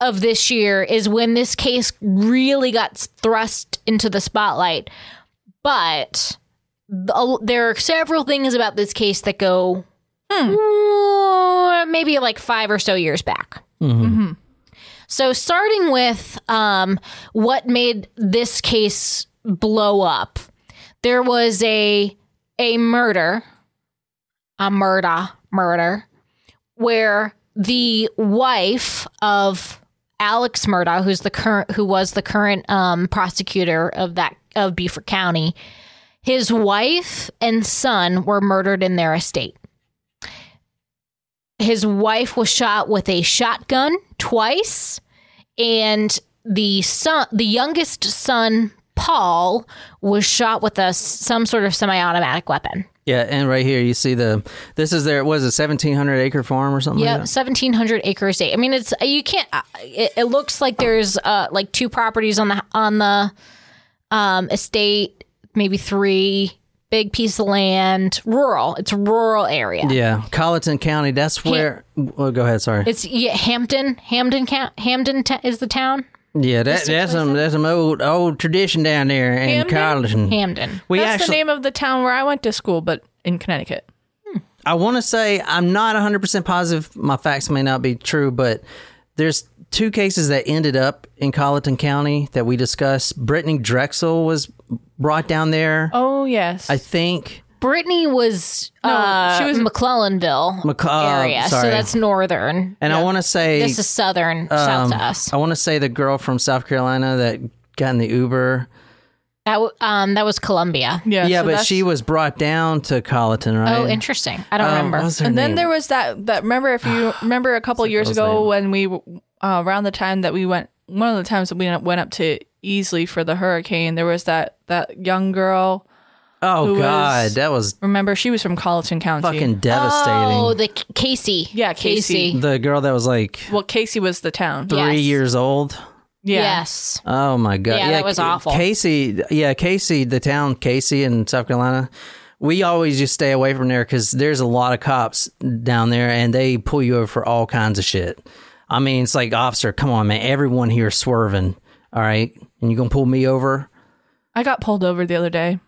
[SPEAKER 1] of this year is when this case really got thrust into the spotlight. But the- there are several things about this case that go uh, maybe like five or so years back. So, starting with um, what made this case blow up, there was a a murder, a murder, murder, where the wife of Alex Murdaugh, who's the current, who was the current um, prosecutor of that of Beaufort County, his wife and son were murdered in their estate. His wife was shot with a shotgun twice, and the son, the youngest son, Paul, was shot with a s- some sort of semi-automatic weapon.
[SPEAKER 3] Yeah, and right here you see the this is their was it 1700 acre farm or something.
[SPEAKER 1] Yeah,
[SPEAKER 3] Like that?
[SPEAKER 1] seventeen hundred acre estate. I mean, it's you can't. uh, It, it looks like there's uh like two properties on the on the um estate, maybe three big piece of land, rural. It's a rural area.
[SPEAKER 3] Yeah, Colleton County. That's where. oh, go ahead. Sorry.
[SPEAKER 1] It's yeah, Hampton. Hampton count. Hampton t- is the town.
[SPEAKER 3] Yeah, that, that's some that's some old old tradition down there in Colleton.
[SPEAKER 1] Hampton.
[SPEAKER 3] We
[SPEAKER 2] That's
[SPEAKER 3] actually,
[SPEAKER 2] the name of the town where I went to school, but in Connecticut.
[SPEAKER 3] I want to say I'm not 100% positive. My facts may not be true, but there's two cases that ended up in Colleton County that we discussed. Brittany Drexel was brought down there,
[SPEAKER 2] Oh, yes.
[SPEAKER 3] I think.
[SPEAKER 1] Brittany was uh,
[SPEAKER 2] she was-
[SPEAKER 1] McClellanville
[SPEAKER 3] McCle- uh,
[SPEAKER 1] area, so
[SPEAKER 3] sorry.
[SPEAKER 1] that's northern.
[SPEAKER 3] And I want to say
[SPEAKER 1] This is southern, south to us.
[SPEAKER 3] Um, I want to say the girl from South Carolina that got in the Uber.
[SPEAKER 1] That w- um that was Columbia.
[SPEAKER 2] yeah,
[SPEAKER 3] yeah,
[SPEAKER 2] so
[SPEAKER 3] but
[SPEAKER 2] that's-
[SPEAKER 3] she was brought down to Colleton, right?
[SPEAKER 1] Oh, interesting. I don't
[SPEAKER 3] Um,
[SPEAKER 1] remember.
[SPEAKER 3] what was her
[SPEAKER 2] And then
[SPEAKER 3] name?
[SPEAKER 2] there was that that remember if
[SPEAKER 3] *sighs*
[SPEAKER 2] you remember a couple years
[SPEAKER 3] girl's
[SPEAKER 2] ago
[SPEAKER 3] name?
[SPEAKER 2] when we w- uh, around the time that we went one of the times that we went up to Easley for the hurricane there was that that young girl
[SPEAKER 3] oh
[SPEAKER 2] who
[SPEAKER 3] God,
[SPEAKER 2] was-
[SPEAKER 3] that was
[SPEAKER 2] remember she was from Colleton County
[SPEAKER 3] fucking devastating.
[SPEAKER 1] Oh, the K- Casey.
[SPEAKER 2] Yeah, Casey.
[SPEAKER 3] the girl that was like
[SPEAKER 2] well Casey was the town
[SPEAKER 3] three
[SPEAKER 1] Yes.
[SPEAKER 3] years old.
[SPEAKER 2] yeah
[SPEAKER 1] Yes.
[SPEAKER 3] Oh my god!
[SPEAKER 1] Yeah, that was
[SPEAKER 3] Ca-
[SPEAKER 1] awful.
[SPEAKER 3] Casey, yeah, Casey, the town Casey in South Carolina. We always just stay away from there because there's a lot of cops down there, and they pull you over for all kinds of shit. I mean, it's like officer, come on, man, everyone here is swerving. All right, and you gonna pull me over?
[SPEAKER 2] I got pulled over the other day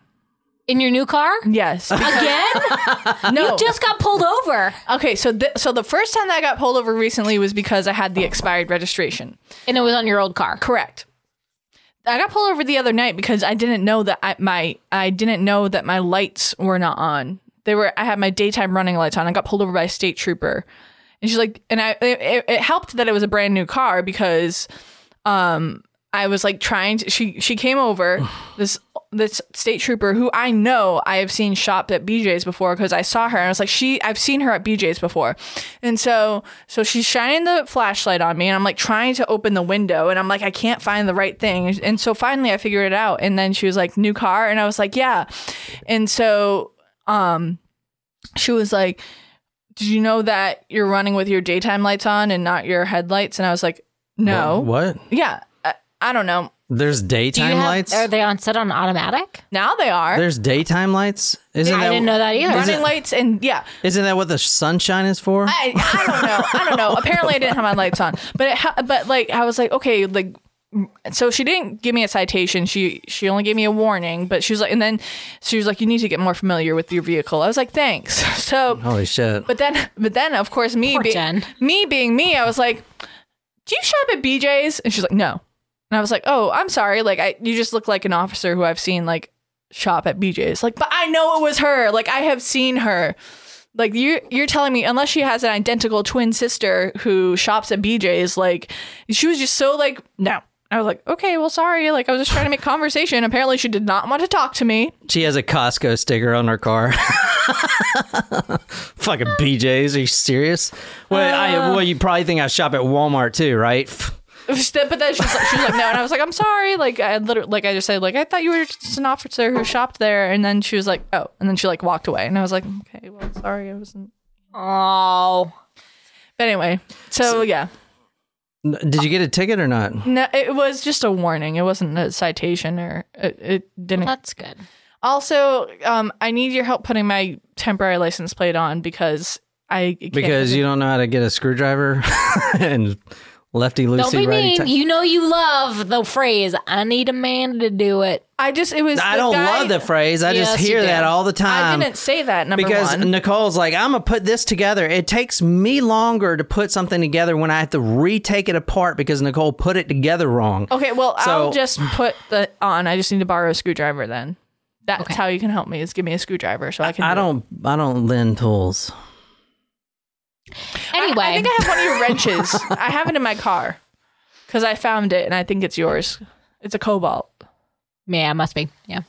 [SPEAKER 1] In your new car?
[SPEAKER 3] *laughs*
[SPEAKER 2] yes because-
[SPEAKER 1] Again?
[SPEAKER 2] *laughs* no
[SPEAKER 1] Just got pulled over.
[SPEAKER 2] okay so th- so the first time that I got pulled over recently was because I had the expired registration
[SPEAKER 1] And it was on your old car.
[SPEAKER 2] Correct. I got pulled over the other night because I didn't know that I, my I didn't know that my lights were not on. They were I had my daytime running lights on. I got pulled over by a state trooper, and she's like, and I it, it- it helped that it was a brand new car because, um, I was like trying to. She she came over this this state trooper who I know I have seen shop at BJ's before because I saw her and I was like she I've seen her at BJ's before, and so so she's shining the flashlight on me and I'm like trying to open the window and I'm like I can't find the right thing and so finally I figured it out and then she was like new car and I was like yeah, and so um she was like did you know that you're running with your daytime lights on and not your headlights? And I was like, no.
[SPEAKER 3] What?
[SPEAKER 2] Yeah. I, I don't know.
[SPEAKER 3] There's daytime
[SPEAKER 1] have-
[SPEAKER 3] lights.
[SPEAKER 1] Are they on set on automatic?
[SPEAKER 2] Now they are.
[SPEAKER 3] There's daytime lights. Isn't
[SPEAKER 1] I
[SPEAKER 3] that,
[SPEAKER 1] didn't know that either.
[SPEAKER 2] running lights and yeah.
[SPEAKER 3] Isn't that what the sunshine is for?
[SPEAKER 2] I, I don't know. I don't know. Apparently, I didn't have my lights on, but it ha- but like I was like, okay, like so she didn't give me a citation. She she only gave me a warning. But she was like, and then she was like, you need to get more familiar with your vehicle. I was like, thanks. *laughs* So,
[SPEAKER 3] Holy shit!
[SPEAKER 2] but then but then of course me
[SPEAKER 1] Poor
[SPEAKER 2] being
[SPEAKER 1] Jen.
[SPEAKER 2] me being me, I was like, do you shop at BJ's? And she's like, no. And I was like, oh, I'm sorry. Like I you just look like an officer who I've seen like shop at BJ's. Like, but I know it was her. Like I have seen her. Like you you're telling me unless she has an identical twin sister who shops at BJ's, like she was just so like, no. I was like, okay, well, sorry. Like, I was just trying to make conversation. Apparently, she did not want to talk to me.
[SPEAKER 3] she has a Costco sticker on her car. *laughs* Fucking BJ's. Are you serious? Well,
[SPEAKER 2] Uh.
[SPEAKER 3] I, well, you probably think I shop at Walmart too, right? Pff,
[SPEAKER 2] *laughs* But then she's like, she's like, no, and I was like, I'm sorry. Like I literally, like I just said, like I thought you were just an officer who shopped there, and then she was like, oh, and then she like walked away, and I was like, okay, well, sorry, I wasn't.
[SPEAKER 1] Oh.
[SPEAKER 2] But anyway, so, yeah,
[SPEAKER 3] n- Did you get a ticket
[SPEAKER 2] *laughs*
[SPEAKER 3] or not?
[SPEAKER 2] no, it was just a warning. It wasn't a citation or it, it didn't.
[SPEAKER 1] That's good.
[SPEAKER 2] *laughs* also, um, I need your help putting my temporary license plate on because I can't-
[SPEAKER 3] Because you don't know how to get a screwdriver *laughs* and lefty
[SPEAKER 1] Don't
[SPEAKER 3] loosey
[SPEAKER 1] be
[SPEAKER 3] righty.
[SPEAKER 1] mean.
[SPEAKER 3] tight.
[SPEAKER 1] You know you love the phrase, I need a man to do it.
[SPEAKER 2] I just it was. the
[SPEAKER 3] I don't
[SPEAKER 2] guy-
[SPEAKER 3] love the phrase. I just
[SPEAKER 1] Yes, you
[SPEAKER 3] hear
[SPEAKER 1] do.
[SPEAKER 3] that all the
[SPEAKER 2] I
[SPEAKER 3] time.
[SPEAKER 2] didn't say that number
[SPEAKER 3] because
[SPEAKER 2] one.
[SPEAKER 3] Nicole's like, I'm gonna put this together. It takes me longer to put something together when I have to retake it apart because Nicole put it together wrong.
[SPEAKER 2] Okay, well, I'll
[SPEAKER 3] So-
[SPEAKER 2] just put the on. I just need to borrow a screwdriver then. That's how you can help me is give me a screwdriver so I can.
[SPEAKER 3] I
[SPEAKER 2] do it.
[SPEAKER 3] don't. I don't lend tools.
[SPEAKER 1] Anyway,
[SPEAKER 2] I think I have one of your
[SPEAKER 3] *laughs*
[SPEAKER 2] wrenches. I have it in my car because I found it and I think it's yours. It's a cobalt.
[SPEAKER 1] Yeah, it must be. Yeah.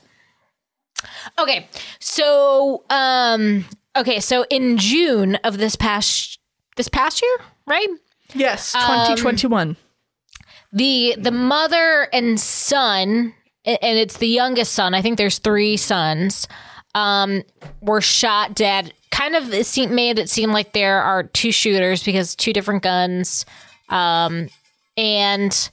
[SPEAKER 1] Okay. So, um okay, so in June of this past this past year, right?
[SPEAKER 2] Yes, Um, twenty twenty one.
[SPEAKER 1] The the mother and son a- and it's the youngest son. I think there's 3 sons. Um were shot dead. Kind of it seemed, made it seem like there are two shooters because two different guns. Um and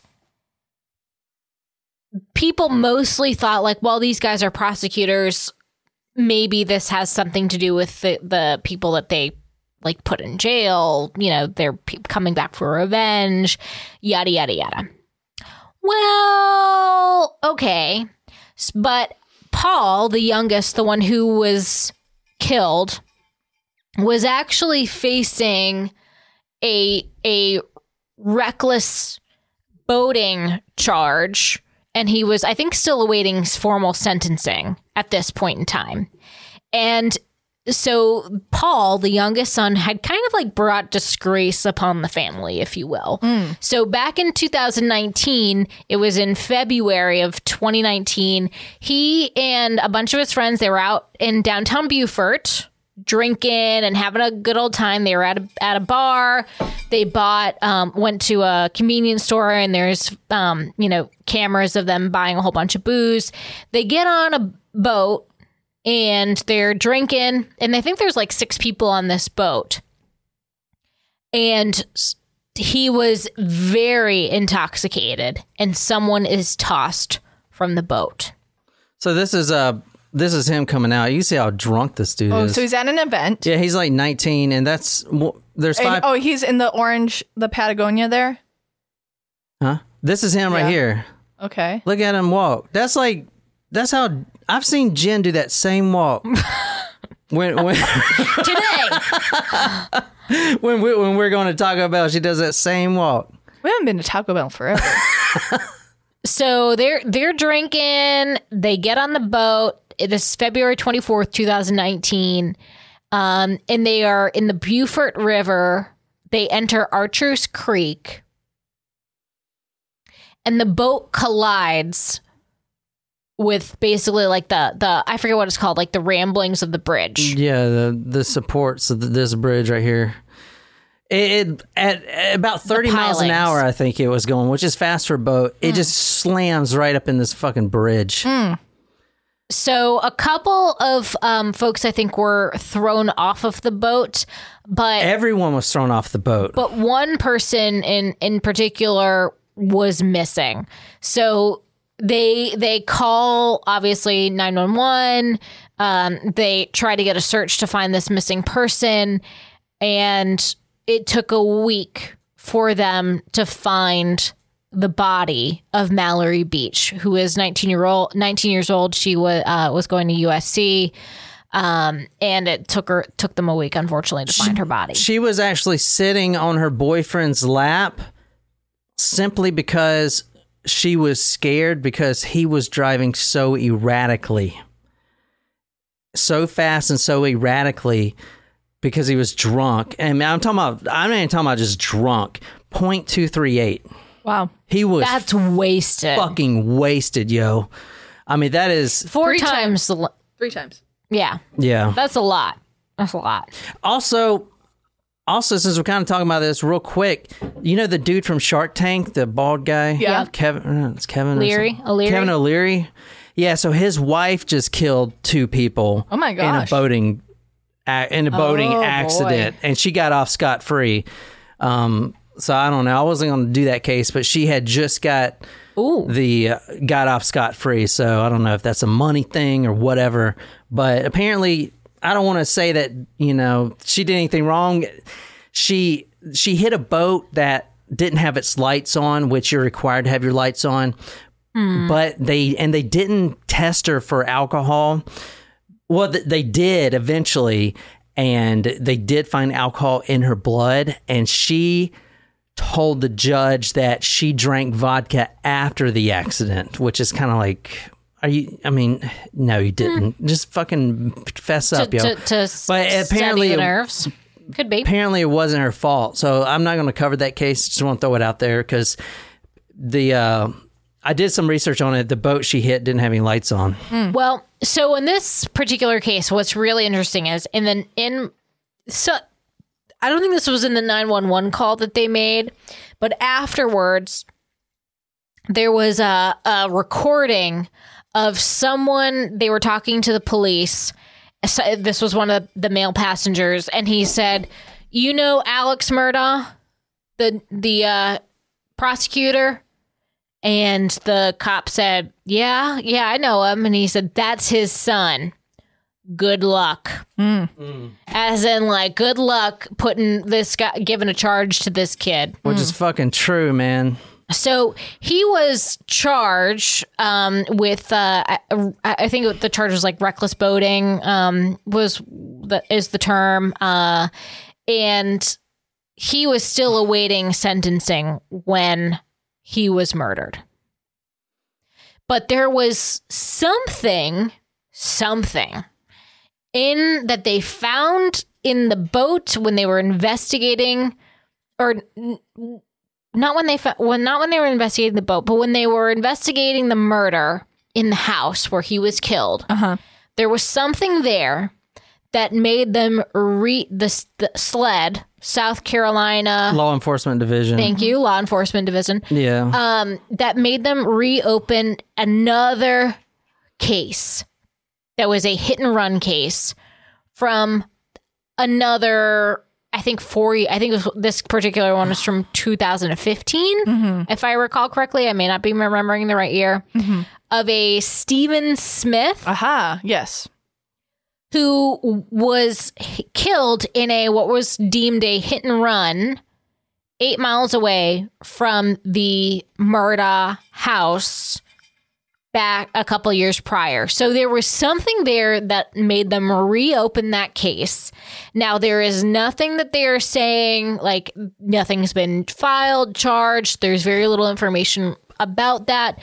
[SPEAKER 1] people mostly thought like well these guys are prosecutors maybe this has something to do with the, the people that they like put in jail you know they're pe- coming back for revenge yada yada yada well okay S- but paul the youngest the one who was killed was actually facing a a reckless boating charge and he was i think still awaiting s- formal sentencing at this point in time and so paul the youngest son had kind of like brought disgrace upon the family if you will so back in 2019 it was in february of 2019 he and a bunch of his friends they were out in downtown beaufort drinking and having a good old time. They were at a, at a bar. They bought, um, went to a convenience store, and there's, um, you know, cameras of them buying a whole bunch of booze. They get on a boat and they're drinking, and I think there's like six people on this boat. And s- he was very intoxicated, and someone is tossed from the boat.
[SPEAKER 3] So this is uh this is him coming out. You see how drunk this dude
[SPEAKER 2] Oh,
[SPEAKER 3] is.
[SPEAKER 2] so he's at an event.
[SPEAKER 3] yeah, he's like 19, and that's wh- there's
[SPEAKER 2] And,
[SPEAKER 3] five.
[SPEAKER 2] oh, he's in the orange, the Patagonia there.
[SPEAKER 3] huh? This is him
[SPEAKER 2] Yeah.
[SPEAKER 3] right here.
[SPEAKER 2] Okay.
[SPEAKER 3] Look at him walk. That's like that's how I've seen Jen do that same
[SPEAKER 2] *laughs*
[SPEAKER 3] walk. when *laughs* when
[SPEAKER 1] Today,
[SPEAKER 3] when, we, when we're going to Taco Bell, she does that same walk.
[SPEAKER 2] We haven't been to Taco Bell forever.
[SPEAKER 3] *laughs*
[SPEAKER 1] So they're they're drinking. They get on the boat. This is February twenty fourth, two thousand nineteen, um, and they are in the Beaufort River. They enter Archer's Creek, and the boat collides with basically like the the I forget what it's called, like the ramblings of the bridge.
[SPEAKER 3] Yeah, the the supports of this bridge right here. It, it at, at about thirty miles an
[SPEAKER 1] pilings.
[SPEAKER 3] hour, I think it was
[SPEAKER 2] Mm.
[SPEAKER 3] going, which is fast for a boat. It just slams right up in this fucking bridge.
[SPEAKER 1] So a couple of um, folks I think were thrown off of the boat, but
[SPEAKER 3] Everyone was thrown off the boat.
[SPEAKER 1] but one person in in particular was missing. So they they call obviously 911. Um, they try to get a search to find this missing person and it took a week for them to find the body of Mallory Beach, who is 19 year old 19 years old. She was uh, was going to USC. Um, and it took her took them a week, unfortunately, to find her body.
[SPEAKER 3] she was actually sitting on her boyfriend's lap simply because she was scared because he was driving so erratically so fast and so erratically because he was drunk and i'm talking about i'm not even talking about just drunk 0.238
[SPEAKER 2] Wow.
[SPEAKER 3] he was
[SPEAKER 1] That's wasted.
[SPEAKER 3] fucking wasted yo i mean that is
[SPEAKER 1] Four
[SPEAKER 2] Three
[SPEAKER 1] times. the l-
[SPEAKER 2] Three times.
[SPEAKER 1] yeah,
[SPEAKER 3] yeah
[SPEAKER 1] that's a lot. That's a lot.
[SPEAKER 3] Also, also since we're kind of talking about this real quick, you know the dude from Shark Tank, the bald guy,
[SPEAKER 2] Yeah.
[SPEAKER 3] Kevin, uh, it's Kevin or
[SPEAKER 1] Leary?
[SPEAKER 3] something.
[SPEAKER 1] O'Leary?
[SPEAKER 3] Kevin O'Leary. Yeah, so his wife just killed two people.
[SPEAKER 2] Oh my
[SPEAKER 3] In a
[SPEAKER 2] gosh.
[SPEAKER 3] boating, a- in a boating
[SPEAKER 2] Oh,
[SPEAKER 3] accident, and she got off scot free. Um, so I don't know. I wasn't going to do that case, but she had just got the uh, got off scot free. So I don't know if that's a money thing or whatever. But apparently, I don't want to say that you know she did anything wrong. She she hit a boat that didn't have its lights on, which you're required to have your lights on.
[SPEAKER 1] Mm.
[SPEAKER 3] But they and they didn't test her for alcohol. Well, th- they did eventually, and they did find alcohol in her blood, and she told the judge that she drank vodka after the accident, which is kind of like, are you? I mean, no, you didn't. Just fucking fess
[SPEAKER 1] Hmm. To,
[SPEAKER 3] up, yo.
[SPEAKER 1] to, to s-
[SPEAKER 3] But
[SPEAKER 1] steady
[SPEAKER 3] apparently-
[SPEAKER 1] the nerves could be.
[SPEAKER 3] Apparently, it wasn't her fault, so I'm not going to cover that case. Just want to throw it out there because the. Uh, I did some research on it. The boat she hit didn't have any lights on.
[SPEAKER 1] Well, so in this particular case, what's really interesting is, and then in so I don't think this was in the nine one one call that they made, but afterwards there was a, a recording of someone they were talking to the police. So this was one of the male passengers, and he said, "You know Alex Murdaugh, the the uh, prosecutor." And the cop said, Yeah, yeah, I know him. And he said, That's his son. Good luck. As in, like, good luck putting this guy, giving a charge to this kid.
[SPEAKER 3] Which is fucking true, man.
[SPEAKER 1] So he was charged um, with, uh, I, I think the charge was like reckless boating um, was the, is the term, uh, and he was still awaiting sentencing when he was murdered. But there was something, something in that they found in the boat when they were investigating, or not when they fa- well, not when they were investigating the boat, but when they were investigating the murder in the house where he was killed.
[SPEAKER 2] Uh-huh.
[SPEAKER 1] There was something there that made them re the, s- the sled South Carolina.
[SPEAKER 3] Law enforcement division.
[SPEAKER 1] Thank you, law enforcement division.
[SPEAKER 3] yeah.
[SPEAKER 1] Um, that made them reopen another case that was a hit and run case from another. I think four. ye- I think it was, this particular one was from 2015, if I recall correctly. I may not be remembering the right year. Of a Stephen Smith
[SPEAKER 2] Aha. Yes.
[SPEAKER 1] who was h- killed in a what was deemed a hit and run eight miles away from the Murda house back a couple years prior. So there was something there that made them reopen that case. Now there is nothing that they are saying like nothing's been filed, charged. There's very little information about that,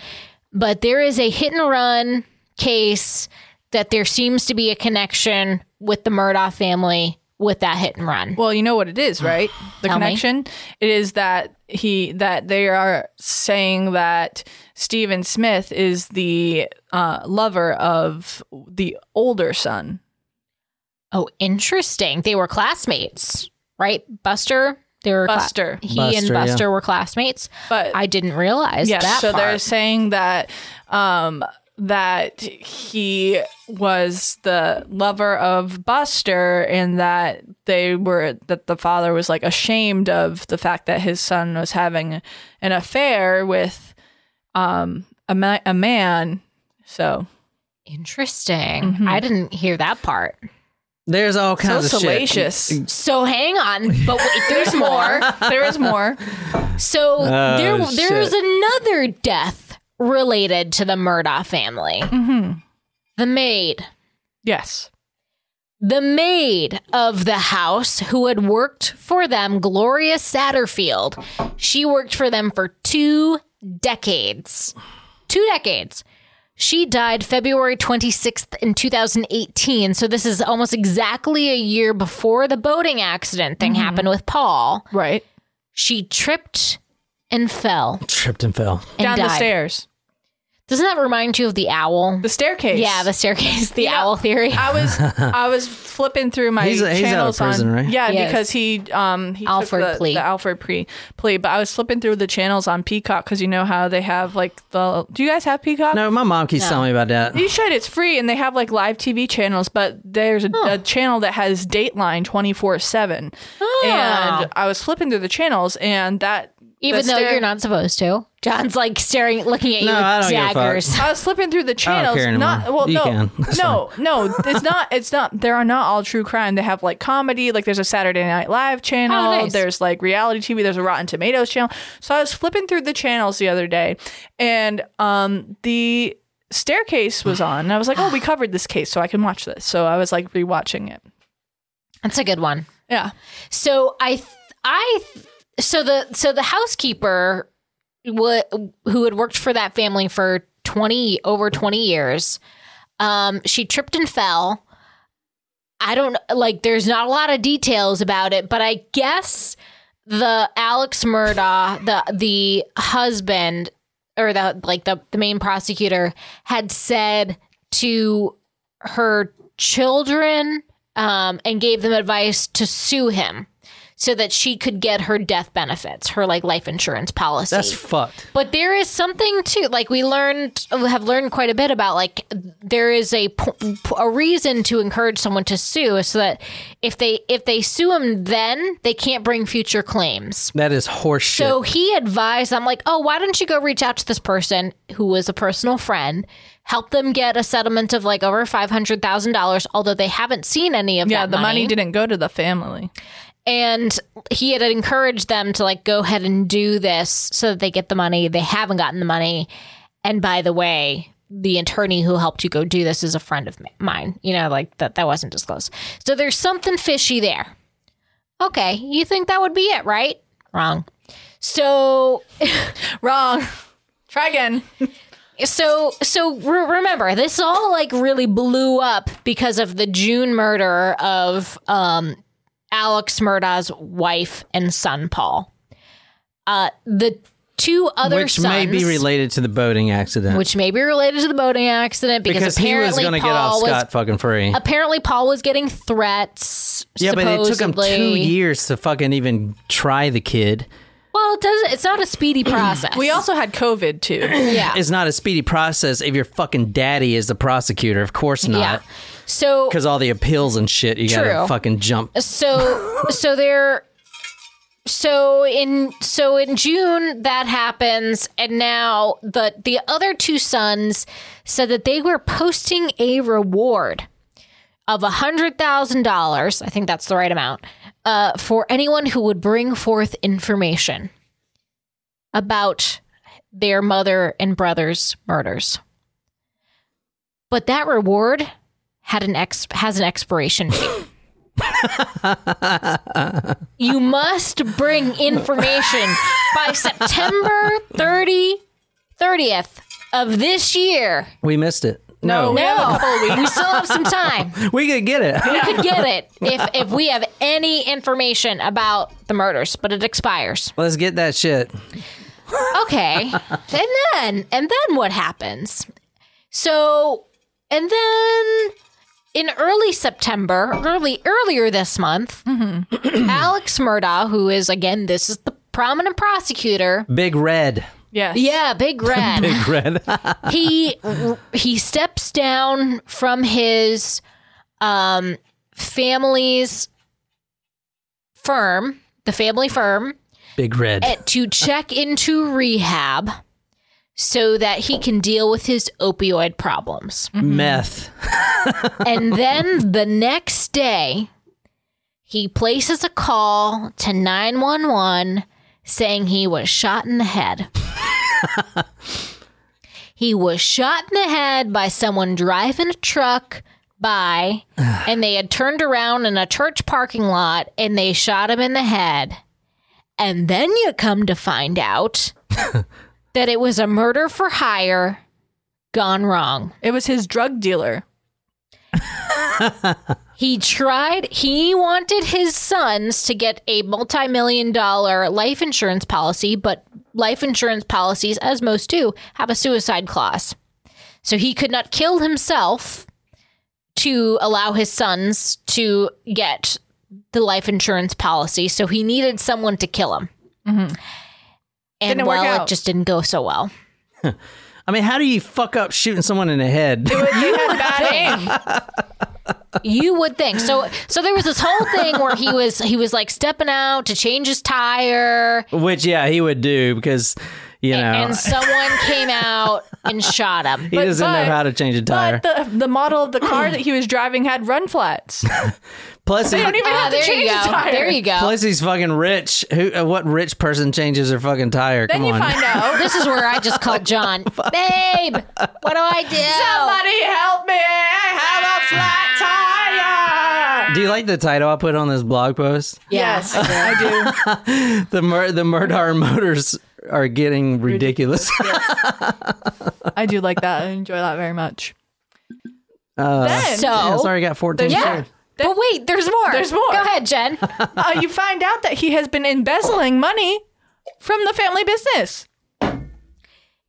[SPEAKER 1] but there is a hit and run case that there seems to be a connection with the Murdoch family with that hit and run.
[SPEAKER 2] Well, you know what
[SPEAKER 1] *sighs*
[SPEAKER 2] it is, right? The
[SPEAKER 1] Tell me.
[SPEAKER 2] connection. It is that he that they are saying that Stephen Smith is the uh, lover of the older son.
[SPEAKER 1] Oh, interesting. They were classmates, right? Buster, they were cla-
[SPEAKER 2] Buster.
[SPEAKER 1] he and
[SPEAKER 3] Buster, yeah.
[SPEAKER 1] Buster were classmates.
[SPEAKER 2] But
[SPEAKER 1] I didn't realize
[SPEAKER 2] yes,
[SPEAKER 1] that.
[SPEAKER 2] so
[SPEAKER 1] part.
[SPEAKER 2] they're saying that um, that he was the lover of Buster and that they were that the father was like ashamed of the fact that his son was having an affair with um a, ma- a man. So
[SPEAKER 1] Interesting.
[SPEAKER 2] Mm-hmm.
[SPEAKER 1] I didn't hear that part.
[SPEAKER 3] There's all
[SPEAKER 2] so
[SPEAKER 3] kinds of shit.
[SPEAKER 1] *laughs*
[SPEAKER 2] salacious.
[SPEAKER 1] So hang on, but wait, there's more.
[SPEAKER 2] there is more.
[SPEAKER 1] So there,
[SPEAKER 3] *laughs* Oh,
[SPEAKER 1] there is
[SPEAKER 3] shit.
[SPEAKER 1] another death related to the Murdaugh family.
[SPEAKER 2] Mm-hmm.
[SPEAKER 1] The maid,
[SPEAKER 2] Yes.
[SPEAKER 1] the maid of the house who had worked for them, Gloria Satterfield. She worked for them for two decades. Two decades. She died February 26th in 2018. So this is almost exactly a year before the boating accident
[SPEAKER 2] Mm-hmm.
[SPEAKER 1] thing happened with Paul.
[SPEAKER 2] Right.
[SPEAKER 1] She tripped and fell
[SPEAKER 3] Tripped and fell.
[SPEAKER 1] and
[SPEAKER 2] Down
[SPEAKER 1] died.
[SPEAKER 2] the stairs.
[SPEAKER 1] Doesn't that remind you of the owl?
[SPEAKER 2] The staircase.
[SPEAKER 1] yeah, the staircase, the owl theory.
[SPEAKER 2] I was I was flipping through my
[SPEAKER 3] He's-
[SPEAKER 2] channels
[SPEAKER 3] he's out of prison,
[SPEAKER 2] on
[SPEAKER 3] right?
[SPEAKER 2] yeah
[SPEAKER 1] Yes.
[SPEAKER 2] because he um he
[SPEAKER 1] Alford
[SPEAKER 2] took the,
[SPEAKER 1] plea.
[SPEAKER 2] the Alfred plea plea but I was flipping through the channels on Peacock because you know how they have like the do you guys have Peacock
[SPEAKER 3] No, my mom keeps telling me about that.
[SPEAKER 2] you should it's free and they have like live TV channels but there's a, a channel that has Dateline twenty four seven and I was flipping through the channels and that
[SPEAKER 1] Even
[SPEAKER 2] the
[SPEAKER 1] though
[SPEAKER 2] stair-
[SPEAKER 1] you're not supposed to. John's like staring, looking at you
[SPEAKER 3] No, I
[SPEAKER 1] with
[SPEAKER 3] don't give a fuck.
[SPEAKER 1] daggers.
[SPEAKER 2] I was flipping Uh, through the channels.
[SPEAKER 3] care anymore.
[SPEAKER 2] not well,
[SPEAKER 3] You
[SPEAKER 2] no,
[SPEAKER 3] can. That's
[SPEAKER 2] no, no. It's not. It's not. There are not all true crime. They have like comedy. Like there's a Saturday Night Live channel.
[SPEAKER 1] Oh, nice.
[SPEAKER 2] There's like reality TV. There's a Rotten Tomatoes channel. So I was flipping through the channels the other day, and um the staircase was on. And I was like, oh, we covered this case, so I can watch this. So I was like rewatching it.
[SPEAKER 1] That's a good one.
[SPEAKER 2] Yeah.
[SPEAKER 1] So I, th- I, th- so the so the housekeeper, wa who had worked for that family for twenty over twenty years, um, she tripped and fell. I don't like. There's not a lot of details about it, but I guess the Alex Murdaugh, the the husband or the like the the main prosecutor had said to her children um, and gave them advice to sue him so that she could get her death benefits, her like life insurance policy.
[SPEAKER 3] That's fucked.
[SPEAKER 1] But there is something too, like we learned, we have learned quite a bit about. Like there is a p- a reason to encourage someone to sue, so that if they if they sue him, then they can't bring future claims.
[SPEAKER 3] That is horse shit.
[SPEAKER 1] So he advised, I'm like, oh, why don't you go reach out to this person who was a personal friend, help them get a settlement of like over five hundred thousand dollars, although they haven't seen any of
[SPEAKER 2] Yeah.
[SPEAKER 1] that
[SPEAKER 2] the money. didn't go to the family.
[SPEAKER 1] and he had encouraged them to like go ahead and do this so that they get the money. They haven't gotten the money. And by the way, the attorney who helped you go do this is a friend of mi- mine. You know, like that that wasn't disclosed. So there's something fishy there. Okay, you think that would be it, right? Wrong. So
[SPEAKER 2] Wrong. Try again.
[SPEAKER 1] so so re- remember this all like really blew up because of the June murder of um Alex Murdaugh's wife and son Paul. Uh the two other
[SPEAKER 3] which
[SPEAKER 1] sons
[SPEAKER 3] may be related to the boating accident.
[SPEAKER 1] which may be related to the boating accident because,
[SPEAKER 3] because he was
[SPEAKER 1] apparently
[SPEAKER 3] going to get off
[SPEAKER 1] Paul was
[SPEAKER 3] scot fucking free.
[SPEAKER 1] apparently Paul was getting threats
[SPEAKER 3] yeah, but it took him two
[SPEAKER 1] supposedly.
[SPEAKER 3] years to fucking even try the kid.
[SPEAKER 1] Well, it doesn't it's not a
[SPEAKER 3] *clears throat*
[SPEAKER 1] speedy process.
[SPEAKER 2] We also had COVID too.
[SPEAKER 1] yeah.
[SPEAKER 3] It's not a speedy process if your fucking daddy is the prosecutor. Of course
[SPEAKER 1] Yeah.
[SPEAKER 3] not.
[SPEAKER 1] So
[SPEAKER 3] Because all the appeals and shit, you
[SPEAKER 1] True.
[SPEAKER 3] gotta fucking jump.
[SPEAKER 1] so so there so in so in June that happens and now the the other two sons said that they were posting a reward of $100,000 I think that's the right amount uh, for anyone who would bring forth information about their mother and brother's murders but that reward had an ex has an expiration date you must bring information by September 30, 30th of this year.
[SPEAKER 3] We missed it. No,
[SPEAKER 2] we have a couple of
[SPEAKER 1] We still have some time.
[SPEAKER 3] we could get it.
[SPEAKER 1] *laughs* We could get it if, if we have any information about the murders, but it expires.
[SPEAKER 3] Let's get that shit.
[SPEAKER 1] Okay. and then and then what happens? So and then in early September, early earlier this month,
[SPEAKER 2] Mm-hmm.
[SPEAKER 1] Alex Murdaugh, who is again this is the prominent prosecutor,
[SPEAKER 3] Big Red.
[SPEAKER 2] Yes.
[SPEAKER 1] Yeah, Big Red.
[SPEAKER 3] Big Red.
[SPEAKER 1] he he steps down from his um family's firm, the family firm,
[SPEAKER 3] *laughs* Big Red.
[SPEAKER 1] eh, to check into rehab so that he can deal with his opioid problems.
[SPEAKER 3] Meth.
[SPEAKER 1] and then the next day, he places a call to 911 saying he was shot in the head. he was shot in the head by someone driving a truck by, and they had turned around in a church parking lot and they shot him in the head. And then you come to find out that it was a murder for hire gone wrong.
[SPEAKER 2] It was his drug dealer.
[SPEAKER 1] He tried, he wanted his sons to get a multi million dollar life insurance policy, but life insurance policies, as most do, have a suicide clause. So he could not kill himself to allow his sons to get the life insurance policy. So he needed someone to kill him. And
[SPEAKER 2] Mm-hmm. Didn't work
[SPEAKER 1] well,
[SPEAKER 2] out.
[SPEAKER 1] it just didn't go so well.
[SPEAKER 3] I mean, how do you fuck up shooting someone in the head? *laughs*
[SPEAKER 2] He had bad aim.
[SPEAKER 1] You would think so. So there was this whole thing where he was he was like stepping out to change his tire,
[SPEAKER 3] Which, yeah, he would do because, you know,
[SPEAKER 1] and someone came out and shot
[SPEAKER 3] *laughs*
[SPEAKER 1] him.
[SPEAKER 3] he doesn't
[SPEAKER 2] but-
[SPEAKER 3] know how to change a tire.
[SPEAKER 2] But the, the model of the car that he was driving had run *laughs* flats.
[SPEAKER 3] plus, he,
[SPEAKER 2] Don't even
[SPEAKER 1] Ah,
[SPEAKER 2] have to
[SPEAKER 1] there
[SPEAKER 2] change
[SPEAKER 1] you
[SPEAKER 2] the
[SPEAKER 1] go.
[SPEAKER 2] tire.
[SPEAKER 1] There you go.
[SPEAKER 3] plus he's fucking rich. Who? Uh, what rich person changes their fucking tire?
[SPEAKER 2] Then
[SPEAKER 3] Come
[SPEAKER 2] you
[SPEAKER 3] on.
[SPEAKER 2] find out.
[SPEAKER 1] this is where I just called John. Babe, what do I do?
[SPEAKER 2] *laughs* Somebody help me! I have a flat tire.
[SPEAKER 3] *laughs* do you like the title I put on this blog post? *laughs*
[SPEAKER 1] Yeah.
[SPEAKER 2] Yes, *laughs* I do.
[SPEAKER 3] The mur- the murder motors are
[SPEAKER 2] *laughs*
[SPEAKER 3] getting ridiculous.
[SPEAKER 2] I do like that. I enjoy that very much.
[SPEAKER 3] Uh,
[SPEAKER 2] then,
[SPEAKER 1] So
[SPEAKER 3] Yeah, *laughs* sorry, I got fourteen.
[SPEAKER 1] yeah.
[SPEAKER 3] shares.
[SPEAKER 1] But wait, there's more.
[SPEAKER 2] There's more.
[SPEAKER 1] Go ahead,
[SPEAKER 3] *laughs*
[SPEAKER 1] Jen.
[SPEAKER 2] uh, you find out that he has been embezzling money from the family business.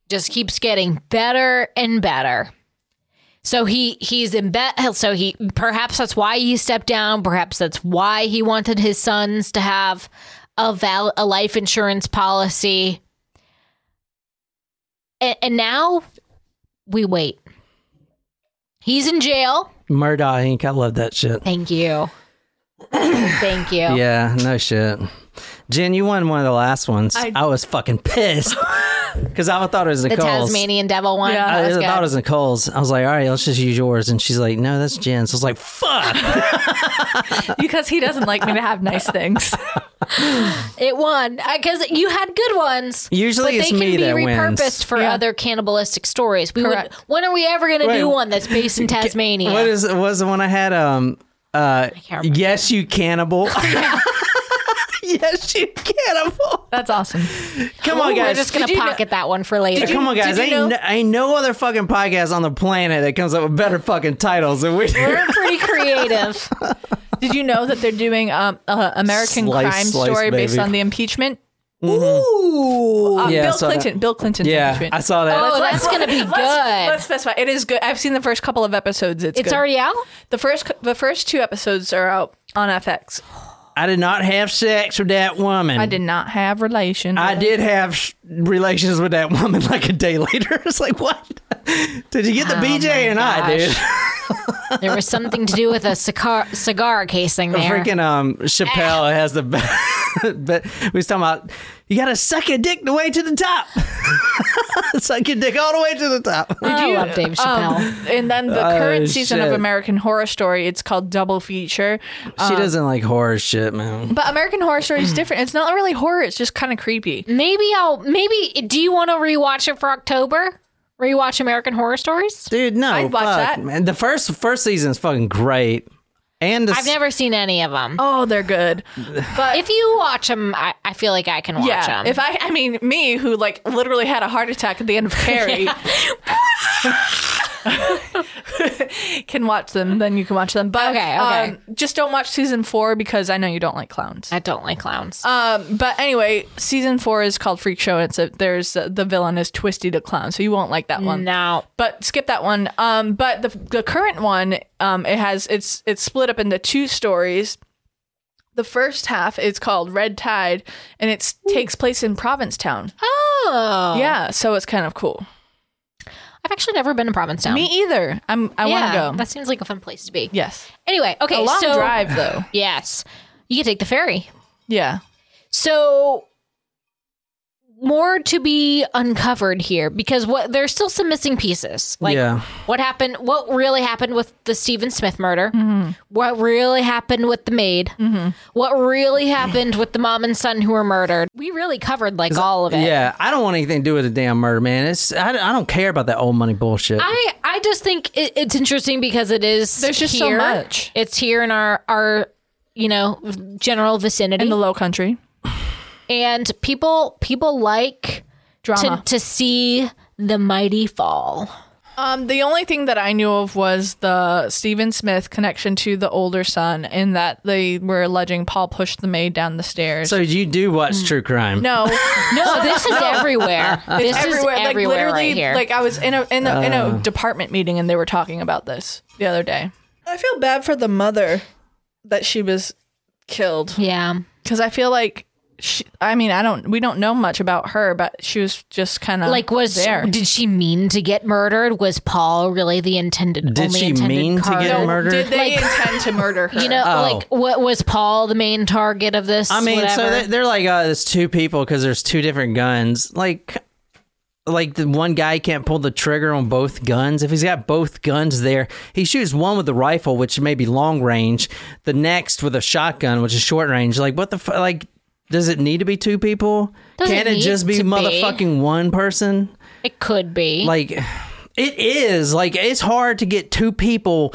[SPEAKER 1] just keeps getting better and better. So he he's in bet. So he perhaps that's why he stepped down. Perhaps that's why he wanted his sons to have a val- a life insurance policy. And, and now we wait. He's in jail.
[SPEAKER 3] Murder Inc. I love that shit.
[SPEAKER 1] Thank you. Thank you.
[SPEAKER 3] Yeah, no shit. Jen, you won one of the last ones. I, was fucking
[SPEAKER 2] *laughs*
[SPEAKER 3] pissed because I thought it was
[SPEAKER 1] The
[SPEAKER 3] Nicole's.
[SPEAKER 1] Tasmanian devil one.
[SPEAKER 2] Yeah.
[SPEAKER 1] Yeah.
[SPEAKER 3] I,
[SPEAKER 1] That was
[SPEAKER 3] thought it
[SPEAKER 1] good.
[SPEAKER 3] was Nicole's. I was like, all right, let's just use yours. And she's like, no, that's Jen's. I was like,
[SPEAKER 2] *laughs*
[SPEAKER 3] fuck.
[SPEAKER 2] Because he doesn't like me to have nice things.
[SPEAKER 1] It won because you had good ones.
[SPEAKER 3] Usually
[SPEAKER 1] but
[SPEAKER 3] it's
[SPEAKER 1] they can
[SPEAKER 3] me
[SPEAKER 1] be
[SPEAKER 3] that
[SPEAKER 1] repurposed
[SPEAKER 3] wins.
[SPEAKER 1] for
[SPEAKER 2] Yeah.
[SPEAKER 1] other cannibalistic stories. We would,
[SPEAKER 2] Correct.
[SPEAKER 1] when are we ever going to
[SPEAKER 3] Wait,
[SPEAKER 1] do one that's based in Tasmania?
[SPEAKER 3] What is what was the one I had? Um, uh,
[SPEAKER 1] can't remember.
[SPEAKER 3] yes,
[SPEAKER 2] *laughs*
[SPEAKER 3] you cannibal. yes, you cannibal.
[SPEAKER 2] *laughs* That's awesome.
[SPEAKER 3] Come on,
[SPEAKER 1] Ooh,
[SPEAKER 3] guys.
[SPEAKER 1] We're just going
[SPEAKER 2] Did
[SPEAKER 1] to
[SPEAKER 2] you know-
[SPEAKER 1] pocket that one for later.
[SPEAKER 3] Come on,
[SPEAKER 2] did
[SPEAKER 3] guys.
[SPEAKER 2] you
[SPEAKER 3] Ain't,
[SPEAKER 2] know-
[SPEAKER 3] no, ain't no other fucking podcast on the planet that comes up with better fucking titles than we do.
[SPEAKER 1] We're pretty creative.
[SPEAKER 2] Did you know that they're doing um, uh, American
[SPEAKER 3] Slice,
[SPEAKER 2] crime
[SPEAKER 3] slice,
[SPEAKER 2] story based
[SPEAKER 3] baby.
[SPEAKER 2] on the impeachment?
[SPEAKER 3] *laughs*
[SPEAKER 2] Ooh, uh,
[SPEAKER 3] Mm-hmm. Yeah, I
[SPEAKER 2] Bill
[SPEAKER 3] saw that.
[SPEAKER 2] Clinton. Bill Clinton's
[SPEAKER 3] Yeah,
[SPEAKER 2] impeachment.
[SPEAKER 3] I saw that.
[SPEAKER 1] oh, that's going to be good.
[SPEAKER 2] Let's, let's specify. It is good. I've seen the first couple of episodes.
[SPEAKER 1] *laughs*
[SPEAKER 2] It's,
[SPEAKER 1] it's
[SPEAKER 2] good.
[SPEAKER 1] already out.
[SPEAKER 2] the first. The first two episodes are out on FX.
[SPEAKER 3] I did not have sex with that woman.
[SPEAKER 2] I did not have relations.
[SPEAKER 3] I did have sh- relations with that woman *laughs* like a day later. It's like, what? Did you get
[SPEAKER 2] Oh
[SPEAKER 3] the BJ or not, dude? *laughs*
[SPEAKER 1] There was something to do with a cigar cigar casing there.
[SPEAKER 3] Freaking
[SPEAKER 2] *laughs*
[SPEAKER 3] um, Chappelle has the best. *laughs* but we was talking about you got to suck your dick the way to the top. *laughs* suck your dick all the way to the
[SPEAKER 2] *laughs*
[SPEAKER 3] top.
[SPEAKER 1] I love Dave Chappelle.
[SPEAKER 2] and then the current season of
[SPEAKER 3] shit.
[SPEAKER 2] American Horror Story. It's called Double Feature. Um,
[SPEAKER 3] she
[SPEAKER 2] Uh.
[SPEAKER 3] doesn't like horror shit, man.
[SPEAKER 2] But American Horror Story is different. It's not really horror. It's just kind of creepy.
[SPEAKER 1] maybe I'll. Maybe do you want to rewatch it for October? Rewatch American Horror Stories.
[SPEAKER 3] Dude, no,
[SPEAKER 2] I'd watch
[SPEAKER 3] fuck,
[SPEAKER 2] that.
[SPEAKER 3] man. The first first season is fucking great, and the
[SPEAKER 1] I've never seen any of them.
[SPEAKER 2] Oh, they're good. But
[SPEAKER 1] If you watch them, I, I feel like I can watch
[SPEAKER 2] yeah,
[SPEAKER 1] them.
[SPEAKER 2] if I, I mean, me who like literally had a heart attack at the end
[SPEAKER 1] *laughs*
[SPEAKER 2] of Carrie. *laughs* can watch them, then you can watch them. But
[SPEAKER 1] Okay, okay.
[SPEAKER 2] Um, just don't watch season four because I know you don't like clowns.
[SPEAKER 1] I don't like clowns.
[SPEAKER 2] Um, but anyway, season four is called Freak Show, and it's a, there's uh, the villain is Twisty the Clown, so you won't like that one.
[SPEAKER 1] no.
[SPEAKER 2] but skip that one. Um, but the the current one, um, it has it's it's split up into two stories. The first half is called Red Tide, and it takes place in Provincetown.
[SPEAKER 1] Oh.
[SPEAKER 2] Yeah, so it's kind of cool.
[SPEAKER 1] I've actually never been to Provincetown.
[SPEAKER 2] Me either. I'm. I
[SPEAKER 1] Um, yeah,
[SPEAKER 2] want to go.
[SPEAKER 1] That seems like a fun place to be.
[SPEAKER 2] Yes.
[SPEAKER 1] Anyway, okay.
[SPEAKER 2] A long
[SPEAKER 1] so,
[SPEAKER 2] drive though.
[SPEAKER 1] Yes. You can take the ferry.
[SPEAKER 2] Yeah.
[SPEAKER 1] So more to be uncovered here because what there's still some missing pieces. Like
[SPEAKER 3] Yeah.
[SPEAKER 1] what happened what really happened with the Stephen Smith murder? What really happened with the maid? What really happened with the mom and son who were murdered? We really covered like all of it.
[SPEAKER 3] Yeah, I don't want anything to do with the damn murder, man. It's I, I don't care about that old money bullshit.
[SPEAKER 1] I, I just think it, it's interesting because it is
[SPEAKER 2] There's just so
[SPEAKER 1] here.
[SPEAKER 2] much.
[SPEAKER 1] It's here in our our you know general vicinity
[SPEAKER 2] In the Low Country.
[SPEAKER 1] and people people like to,
[SPEAKER 2] Drama.
[SPEAKER 1] to see the mighty fall.
[SPEAKER 2] Um, the only thing that I knew of was the Stephen Smith connection to the older son, in that they were alleging Paul pushed the maid down the stairs.
[SPEAKER 3] so you do watch true
[SPEAKER 1] *laughs*
[SPEAKER 3] crime?
[SPEAKER 2] no,
[SPEAKER 1] Mm. No, this is
[SPEAKER 2] *laughs*
[SPEAKER 1] everywhere. this
[SPEAKER 2] everywhere,
[SPEAKER 1] is
[SPEAKER 2] like
[SPEAKER 1] everywhere
[SPEAKER 2] literally,
[SPEAKER 1] right here.
[SPEAKER 2] like I was in a in a, in a department meeting and they were talking about this the other day. I feel bad for the mother that she was killed
[SPEAKER 1] yeah.
[SPEAKER 2] because I feel like she. I mean, I don't. We don't know much about her, but she was just kind of
[SPEAKER 1] Like was
[SPEAKER 2] there.
[SPEAKER 1] did she mean to get murdered? Was Paul really the intended?
[SPEAKER 3] Did
[SPEAKER 1] only
[SPEAKER 3] she
[SPEAKER 1] intended
[SPEAKER 3] mean to get
[SPEAKER 1] target?
[SPEAKER 3] murdered? murder?
[SPEAKER 2] Did they intend to murder
[SPEAKER 1] *laughs*
[SPEAKER 2] her?
[SPEAKER 1] You know,
[SPEAKER 3] Oh.
[SPEAKER 1] like what was Paul the main target of this?
[SPEAKER 3] I mean, so
[SPEAKER 1] whatever?
[SPEAKER 3] they're, they're like, uh, there's two people because there's two different guns. Like, like the one guy can't pull the trigger on both guns. If he's got both guns there, he shoots one with the rifle, which may be long range. The next with a shotgun, which is short range. Like, what the fu- like? Does it need to be two people?
[SPEAKER 1] Doesn't
[SPEAKER 3] Can it
[SPEAKER 1] need
[SPEAKER 3] just be
[SPEAKER 1] to be.
[SPEAKER 3] motherfucking one person?
[SPEAKER 1] it could be
[SPEAKER 3] like it is like it's hard to get two people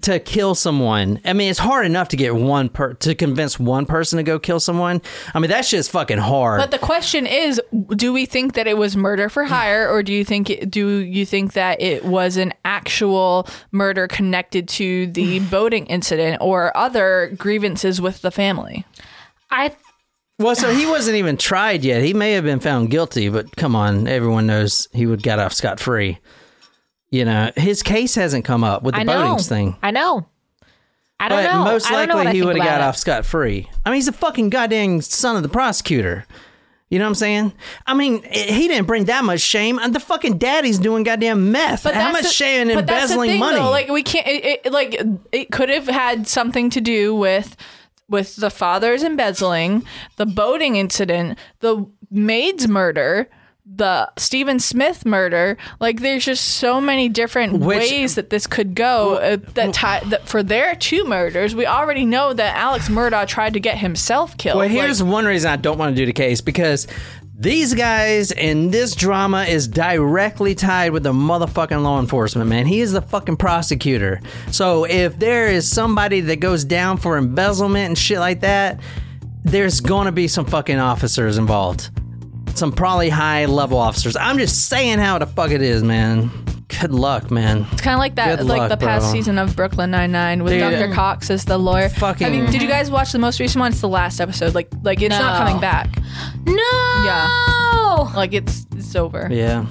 [SPEAKER 3] to kill someone. I mean, it's hard enough to get one per to convince one person to go kill someone. I mean, that shit's fucking hard.
[SPEAKER 2] But the question is, do we think that it was murder for hire, or do you think it, do you think that it was an actual murder connected to the boating incident or other grievances with the family?
[SPEAKER 1] I
[SPEAKER 3] well, so
[SPEAKER 1] *sighs*
[SPEAKER 3] he wasn't even tried yet. He may have been found guilty, but come on, everyone knows he would get off scot free. You know, his case hasn't come up with the
[SPEAKER 1] I know
[SPEAKER 3] Bodings thing.
[SPEAKER 1] I know. I don't
[SPEAKER 3] But
[SPEAKER 1] know.
[SPEAKER 3] most
[SPEAKER 1] I don't know
[SPEAKER 3] likely
[SPEAKER 1] what I
[SPEAKER 3] he
[SPEAKER 1] think
[SPEAKER 3] would have
[SPEAKER 1] about
[SPEAKER 3] got
[SPEAKER 1] it.
[SPEAKER 3] off scot free. I mean, he's a fucking goddamn son of the prosecutor. You know what I'm saying? I mean, it, he didn't bring that much shame. And the fucking daddy's doing goddamn meth. But
[SPEAKER 2] that's
[SPEAKER 3] how much
[SPEAKER 2] the-
[SPEAKER 3] shame and
[SPEAKER 2] but that's the
[SPEAKER 3] embezzling
[SPEAKER 2] thing,
[SPEAKER 3] money?
[SPEAKER 2] Though, like we can't. It, it, like it could have had something to do with with the father's embezzling, the boating incident, the maid's murder. The Stephen Smith murder, like there's just so many different
[SPEAKER 3] Which-
[SPEAKER 2] ways that this could go. uh, that, tie, that for their two murders, we already know that Alex Murdaugh tried to get himself killed.
[SPEAKER 3] well,
[SPEAKER 2] Like,
[SPEAKER 3] here's one reason I don't want to do the case because these guys and this drama is directly tied with the motherfucking law enforcement, man. He is the fucking prosecutor. So if there is somebody that goes down for embezzlement and shit like that, there's gonna be some fucking officers involved. Some probably high level officers. I'm just saying how the fuck it is, man. Good luck, man.
[SPEAKER 2] It's kind of like that,
[SPEAKER 3] Good
[SPEAKER 2] like
[SPEAKER 3] luck,
[SPEAKER 2] the past
[SPEAKER 3] bro.
[SPEAKER 2] season of Brooklyn Nine Nine with
[SPEAKER 3] Dude,
[SPEAKER 2] Dr.
[SPEAKER 3] uh,
[SPEAKER 2] Cox as the lawyer.
[SPEAKER 3] fucking-
[SPEAKER 2] I mean, did you guys watch the most recent one? It's the last episode. Like, like it's not
[SPEAKER 1] No.
[SPEAKER 2] coming back.
[SPEAKER 1] No.
[SPEAKER 2] Like it's it's over.
[SPEAKER 3] Yeah.